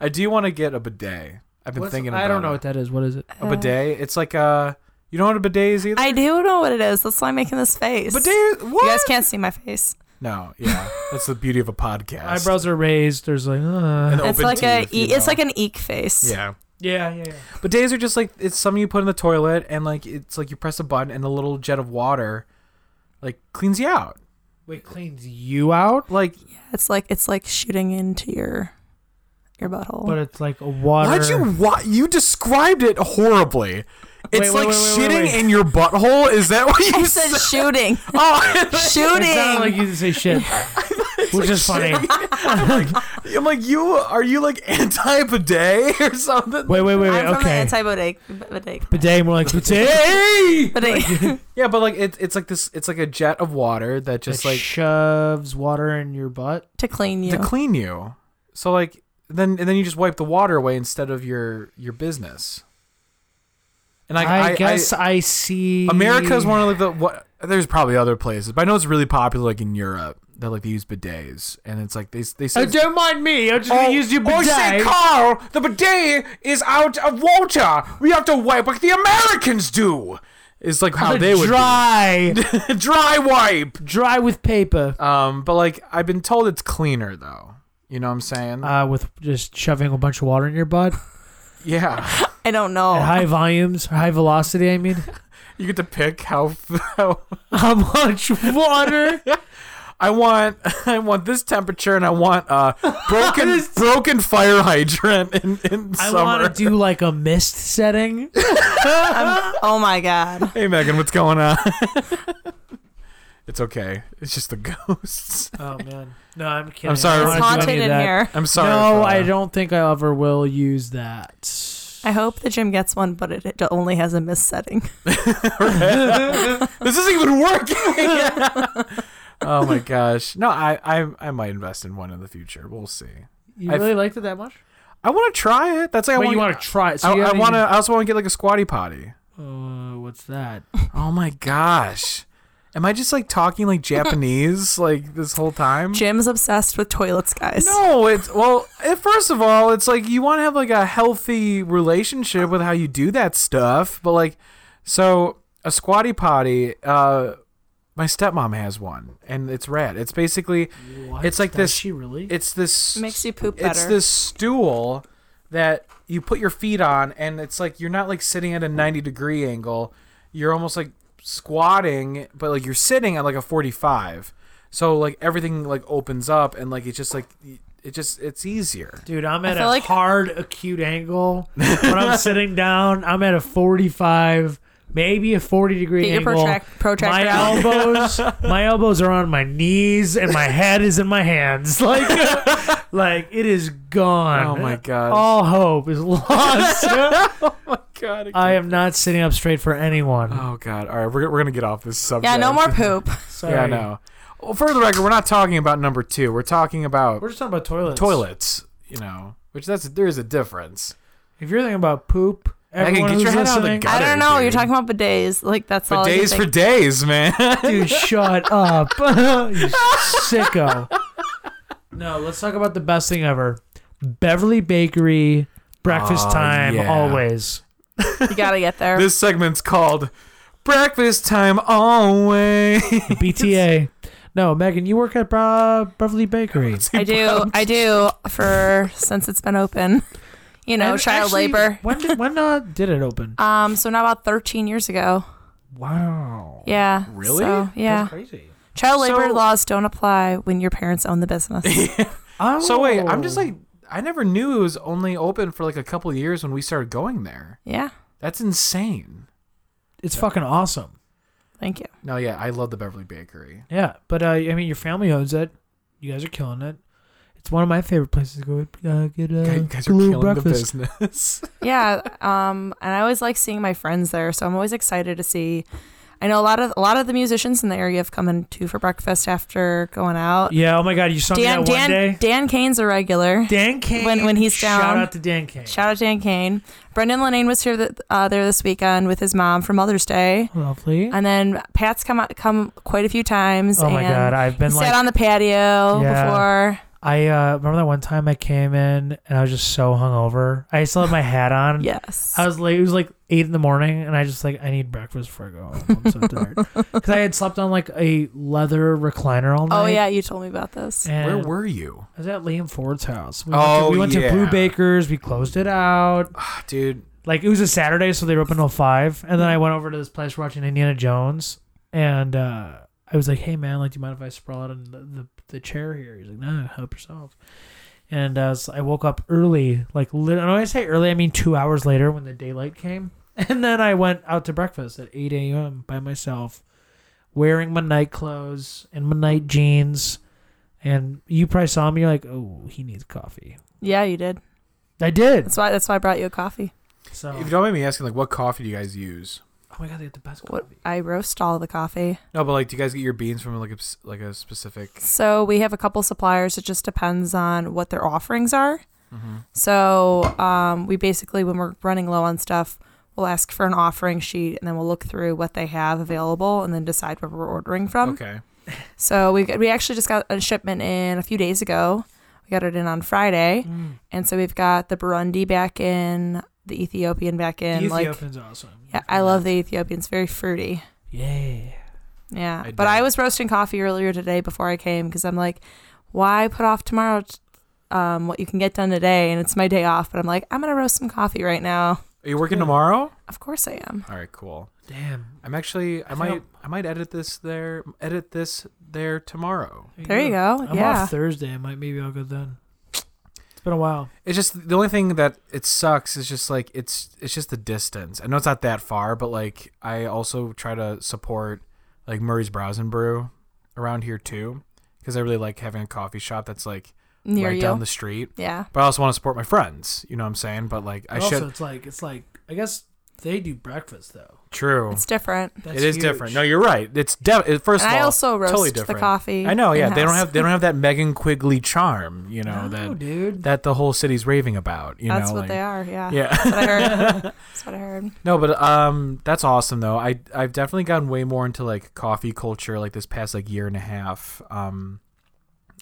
[SPEAKER 3] I do want to get a bidet. I've been
[SPEAKER 2] what's-
[SPEAKER 3] thinking. About
[SPEAKER 2] I don't know
[SPEAKER 3] it.
[SPEAKER 2] what that is. What is it?
[SPEAKER 3] a bidet. It's like a. You don't know what a bidet is either.
[SPEAKER 4] I do know what it is. That's why I'm making this face.
[SPEAKER 3] bidet. What?
[SPEAKER 4] You guys can't see my face.
[SPEAKER 3] No. Yeah. That's the beauty of a podcast.
[SPEAKER 2] Eyebrows are raised. There's like,
[SPEAKER 3] An
[SPEAKER 2] uh,
[SPEAKER 4] It's
[SPEAKER 3] open
[SPEAKER 4] like a
[SPEAKER 3] teeth, you
[SPEAKER 4] e- it's
[SPEAKER 3] know.
[SPEAKER 4] like an eek face.
[SPEAKER 3] Yeah.
[SPEAKER 2] yeah, yeah, yeah.
[SPEAKER 3] Bidets are just like it's something you put in the toilet and like it's like you press a button and a little jet of water, like cleans you out.
[SPEAKER 2] Wait, cleans you out,
[SPEAKER 3] Like
[SPEAKER 4] It's like it's like shooting into your your butthole.
[SPEAKER 2] but it's like a water.
[SPEAKER 3] Why'd you what you described it horribly? It's
[SPEAKER 2] wait, wait,
[SPEAKER 3] like
[SPEAKER 2] wait, wait,
[SPEAKER 3] shitting
[SPEAKER 2] wait.
[SPEAKER 3] in your butthole. Is that what you
[SPEAKER 4] I
[SPEAKER 3] said?
[SPEAKER 4] said shooting.
[SPEAKER 3] Oh,
[SPEAKER 2] It sounded like
[SPEAKER 4] shooting.
[SPEAKER 2] you say shit, which is funny.
[SPEAKER 3] I'm like you. Are you like anti bidet or something?
[SPEAKER 2] Wait, wait, wait, wait.
[SPEAKER 4] I'm from the
[SPEAKER 2] Okay,
[SPEAKER 4] antibiotic. Bidet.
[SPEAKER 2] bidet. More like bidet.
[SPEAKER 3] Hey!
[SPEAKER 4] Bidet.
[SPEAKER 3] Yeah, but like it's it's like this. It's like a jet of water that just
[SPEAKER 2] It
[SPEAKER 3] like
[SPEAKER 2] shoves water in your butt.
[SPEAKER 4] to clean you.
[SPEAKER 3] to clean you. So like then and then you just wipe the water away instead of your your business. And like,
[SPEAKER 2] I,
[SPEAKER 3] I, I
[SPEAKER 2] guess I, see.
[SPEAKER 3] America is one of like, the what. There's probably other places, but I know it's really popular like in Europe that like they use bidets, and it's like they they say.
[SPEAKER 2] Oh, don't mind me. I'm just gonna use your bidet.
[SPEAKER 3] Oh, Carl, the bidet is out of water. We have to wipe like the Americans do. It's like how
[SPEAKER 2] The
[SPEAKER 3] they would
[SPEAKER 2] dry,
[SPEAKER 3] do. dry wipe.
[SPEAKER 2] dry with paper.
[SPEAKER 3] Um, but like I've been told it's cleaner though. You know what I'm saying?
[SPEAKER 2] Uh, with just shoving a bunch of water in your butt
[SPEAKER 3] yeah.
[SPEAKER 4] I don't
[SPEAKER 3] Oh.
[SPEAKER 4] know.
[SPEAKER 2] at high volumes, high velocity. I mean,
[SPEAKER 3] You get to pick how, how
[SPEAKER 2] how much water?
[SPEAKER 3] I want I want this temperature and I want uh broken broken fire hydrant in, in
[SPEAKER 2] I
[SPEAKER 3] summer.
[SPEAKER 2] want to do like a mist setting.
[SPEAKER 4] I'm- oh my god.
[SPEAKER 3] hey Megan, what's going on? it's okay. It's just the ghosts.
[SPEAKER 2] Oh man, no, I'm kidding.
[SPEAKER 3] I'm
[SPEAKER 2] I
[SPEAKER 3] sorry.
[SPEAKER 2] don't wanna
[SPEAKER 3] wanna do
[SPEAKER 4] It's
[SPEAKER 2] do
[SPEAKER 4] haunted
[SPEAKER 2] any of
[SPEAKER 4] in
[SPEAKER 2] that.
[SPEAKER 4] here.
[SPEAKER 3] I'm sorry.
[SPEAKER 2] No,
[SPEAKER 3] for, uh,
[SPEAKER 2] I don't think I ever will use that.
[SPEAKER 4] I hope the gym gets one, but it, it only has a mist setting.
[SPEAKER 3] This isn't even working. oh my gosh. No, I, I I might invest in one in the future. We'll see.
[SPEAKER 2] You
[SPEAKER 3] I've-
[SPEAKER 2] really liked it that much?
[SPEAKER 3] I want to try it. That's like
[SPEAKER 2] Wait,
[SPEAKER 3] I
[SPEAKER 2] you
[SPEAKER 3] want
[SPEAKER 2] want to try it?
[SPEAKER 3] I,
[SPEAKER 2] you
[SPEAKER 3] I
[SPEAKER 2] haven't
[SPEAKER 3] want to. I also want to get like a squatty potty.
[SPEAKER 2] even- Uh, what's that?
[SPEAKER 3] Oh my gosh. Am I just like talking like Japanese like this whole time?
[SPEAKER 4] Jim's obsessed with toilets, guys.
[SPEAKER 3] No, it's well, eh, first of all, it's like you want to have like a healthy relationship with how you do that stuff, but like so a squatty potty, uh my stepmom has one and it's rad. It's basically
[SPEAKER 2] What?
[SPEAKER 3] It's like
[SPEAKER 2] Does
[SPEAKER 3] this-
[SPEAKER 2] She really?
[SPEAKER 3] it's this
[SPEAKER 4] Makes you poop
[SPEAKER 3] It's
[SPEAKER 4] better.
[SPEAKER 3] this stool that you put your feet on, and it's like you're not like sitting at a 90 degree angle. You're almost like squatting, but like you're sitting at like a 45. So like everything like opens up, and like it's just like it just it's easier.
[SPEAKER 2] Dude, I'm at
[SPEAKER 4] feel
[SPEAKER 2] a
[SPEAKER 4] like-
[SPEAKER 2] hard acute angle when I'm sitting down. I'm at a 45, maybe a 40 degree
[SPEAKER 4] Get your
[SPEAKER 2] angle.
[SPEAKER 4] protract- protractor
[SPEAKER 2] my
[SPEAKER 4] out.
[SPEAKER 2] elbows, my elbows are on my knees, and my head is in my hands. Like, like it is gone.
[SPEAKER 3] Oh my gosh.
[SPEAKER 2] All hope is lost.
[SPEAKER 3] my god!
[SPEAKER 2] Oh, I am not sitting up straight for anyone.
[SPEAKER 3] Oh god! All right, we're we're gonna get off this subject.
[SPEAKER 4] Yeah, no more poop.
[SPEAKER 2] Sorry.
[SPEAKER 3] Yeah, no. Well, for the record, we're not talking about number two. We're talking about
[SPEAKER 2] We're just talking about toilets.
[SPEAKER 3] toilets. You know, which that's there is a difference.
[SPEAKER 2] If you're thinking about poop, everyone
[SPEAKER 3] get
[SPEAKER 2] who's
[SPEAKER 3] your head out of the
[SPEAKER 2] listening,
[SPEAKER 3] gutter.
[SPEAKER 4] I don't know.
[SPEAKER 3] dude.
[SPEAKER 4] You're talking about bidets. Like that's
[SPEAKER 3] For
[SPEAKER 4] all. I can
[SPEAKER 3] days, for
[SPEAKER 4] think.
[SPEAKER 3] days, man.
[SPEAKER 2] Dude, shut up. you sicko. No, let's talk about the best thing ever. Beverly Bakery, breakfast
[SPEAKER 3] Oh,
[SPEAKER 2] time,
[SPEAKER 3] yeah.
[SPEAKER 2] always.
[SPEAKER 4] you gotta get there.
[SPEAKER 3] This segment's called Breakfast Time Always.
[SPEAKER 2] BTA. No, Megan, you work at uh, Beverly Bakery.
[SPEAKER 4] I do. I do for since it's been open. You know,
[SPEAKER 2] And
[SPEAKER 4] child
[SPEAKER 2] actually,
[SPEAKER 4] labor.
[SPEAKER 2] When did, when uh, did it open?
[SPEAKER 4] Um, so now about 13 years ago.
[SPEAKER 2] Wow.
[SPEAKER 4] Yeah.
[SPEAKER 3] Really?
[SPEAKER 4] So, yeah.
[SPEAKER 2] That's crazy.
[SPEAKER 4] Child labor
[SPEAKER 3] So-
[SPEAKER 4] laws don't apply when your parents own the business.
[SPEAKER 2] Oh.
[SPEAKER 3] So wait, I'm just like I never knew it was only open for like a couple of years when we started going there.
[SPEAKER 4] yeah.
[SPEAKER 3] That's insane.
[SPEAKER 2] it's fucking awesome.
[SPEAKER 4] Thank you.
[SPEAKER 3] No, yeah, I love the Beverly Bakery.
[SPEAKER 2] Yeah, but uh, I mean, your family owns it. You guys are killing it. It's one of my favorite places to go uh, get
[SPEAKER 3] You
[SPEAKER 2] uh,
[SPEAKER 3] guys are
[SPEAKER 2] a
[SPEAKER 3] killing
[SPEAKER 2] little breakfast.
[SPEAKER 3] the business.
[SPEAKER 4] Yeah. Um, and I always like seeing my friends there, so I'm always excited to see. I know a lot of a lot of the musicians in the area have come in too for breakfast after going out.
[SPEAKER 2] Yeah. Oh my God, you saw me that
[SPEAKER 4] Uh, Dan
[SPEAKER 2] one
[SPEAKER 4] Dan
[SPEAKER 2] day.
[SPEAKER 4] Dan Kane's a regular.
[SPEAKER 2] Dan Kane.
[SPEAKER 4] When- when he's
[SPEAKER 2] Shout
[SPEAKER 4] down.
[SPEAKER 2] out to Dan Kane.
[SPEAKER 4] Shout out to Dan Kane. Brendan Linane was here th uh, there this weekend with his mom for Mother's Day.
[SPEAKER 2] Lovely.
[SPEAKER 4] And then Pat's come out, come quite a few times.
[SPEAKER 2] oh my
[SPEAKER 4] and
[SPEAKER 2] God, I've been
[SPEAKER 4] he
[SPEAKER 2] like
[SPEAKER 4] sat on the patio
[SPEAKER 2] Yeah.
[SPEAKER 4] before.
[SPEAKER 2] I uh, remember that one time I came in and I was just so hungover. I still had my hat on.
[SPEAKER 4] Yes.
[SPEAKER 2] I was late. It was like eight in the morning, and I just like I need breakfast before I go home. I'm so tired because I had slept on like a leather recliner all night.
[SPEAKER 4] oh yeah, you told me about this.
[SPEAKER 2] And
[SPEAKER 3] Where were you,
[SPEAKER 2] I was at Liam Ford's house. We went,
[SPEAKER 3] Oh,
[SPEAKER 2] to, we went to
[SPEAKER 3] yeah.
[SPEAKER 2] Blue Bakers. We closed it out.
[SPEAKER 3] Ah, dude?
[SPEAKER 2] Like it was a Saturday, so they were open till five. And then I went over to this place we're watching Indiana Jones, and uh, I was like, "Hey man, like, do you mind if I sprawl out on the, the, the chair here?" He's like, "No, help yourself." And uh, so I woke up early, like lit- and when I say early, I mean two hours later when the daylight came. And then I went out to breakfast at eight a.m. by myself, wearing my night clothes and my night jeans. And you probably saw me. You're like, "Oh, he needs coffee."
[SPEAKER 4] Yeah, you did.
[SPEAKER 2] I did.
[SPEAKER 4] That's why. That's why I brought you a coffee.
[SPEAKER 2] So,
[SPEAKER 3] If you don't mind me asking, like, what coffee do you guys use?
[SPEAKER 2] oh my god, they had the best coffee.
[SPEAKER 4] What I roast all the coffee.
[SPEAKER 3] No, but like, do you guys get your beans from like a s- like a specific?
[SPEAKER 4] So we have a couple suppliers. It just depends on what their offerings are.
[SPEAKER 3] Mm-hmm.
[SPEAKER 4] So um, we basically, when we're running low on stuff, we'll ask for an offering sheet, and then we'll look through what they have available, and then decide where we're ordering from.
[SPEAKER 3] Okay.
[SPEAKER 4] So we we actually just got a shipment in a few days ago. We got it in on Friday,
[SPEAKER 2] Mm.
[SPEAKER 4] and so we've got the Burundi back in, the Ethiopian back in.
[SPEAKER 2] the
[SPEAKER 4] like,
[SPEAKER 2] Ethiopian's awesome.
[SPEAKER 4] yeah, I love the Ethiopians. Very fruity.
[SPEAKER 2] Yeah.
[SPEAKER 4] Yeah,
[SPEAKER 3] I
[SPEAKER 4] but I
[SPEAKER 3] don't.
[SPEAKER 4] was roasting coffee earlier today before I came because I'm like, why put off tomorrow? t- Um, what you can get done today, and it's my day off. But I'm like, I'm gonna roast some coffee right now.
[SPEAKER 3] Are you working tomorrow?
[SPEAKER 4] Of course I am.
[SPEAKER 3] All right, cool.
[SPEAKER 2] Damn.
[SPEAKER 3] I'm actually. I
[SPEAKER 2] think
[SPEAKER 3] might.
[SPEAKER 2] I'll-
[SPEAKER 3] I might edit this there. Edit this there tomorrow.
[SPEAKER 4] There you go.
[SPEAKER 2] I'm
[SPEAKER 4] yeah,
[SPEAKER 2] off Thursday. I might maybe I'll go then. It's been a while.
[SPEAKER 3] It's just the only thing that it sucks is just like it's it's just the distance. I know it's not that far, but like I also try to support like Murray's Browse and Brew around here too because I really like having a coffee shop that's like
[SPEAKER 4] near
[SPEAKER 3] right
[SPEAKER 4] you.
[SPEAKER 3] down the street.
[SPEAKER 4] yeah,
[SPEAKER 3] But I also want to support my friends. You know what I'm saying? But like I
[SPEAKER 2] But also,
[SPEAKER 3] should.
[SPEAKER 2] it's like it's like I guess they do breakfast though.
[SPEAKER 3] True.
[SPEAKER 4] it's different.
[SPEAKER 2] That's
[SPEAKER 3] It is
[SPEAKER 2] huge.
[SPEAKER 3] different. No, you're right. It's de- it- Oh. first
[SPEAKER 4] And
[SPEAKER 3] of
[SPEAKER 4] I
[SPEAKER 3] all
[SPEAKER 4] also roast
[SPEAKER 3] totally
[SPEAKER 4] the
[SPEAKER 3] different.
[SPEAKER 4] coffee.
[SPEAKER 3] I know. Yeah, they don't
[SPEAKER 4] in-house.
[SPEAKER 3] have they don't have that Megan Quigley charm. You know
[SPEAKER 2] no,
[SPEAKER 3] that
[SPEAKER 2] dude.
[SPEAKER 3] that the whole city's raving about. You
[SPEAKER 4] That's
[SPEAKER 3] know,
[SPEAKER 4] what
[SPEAKER 3] like,
[SPEAKER 4] they are. Yeah.
[SPEAKER 3] Yeah.
[SPEAKER 4] That's what I heard. That's what I heard.
[SPEAKER 3] No, but um, that's awesome though. I I've definitely gotten way more into like coffee culture like this past like year and a half. Um,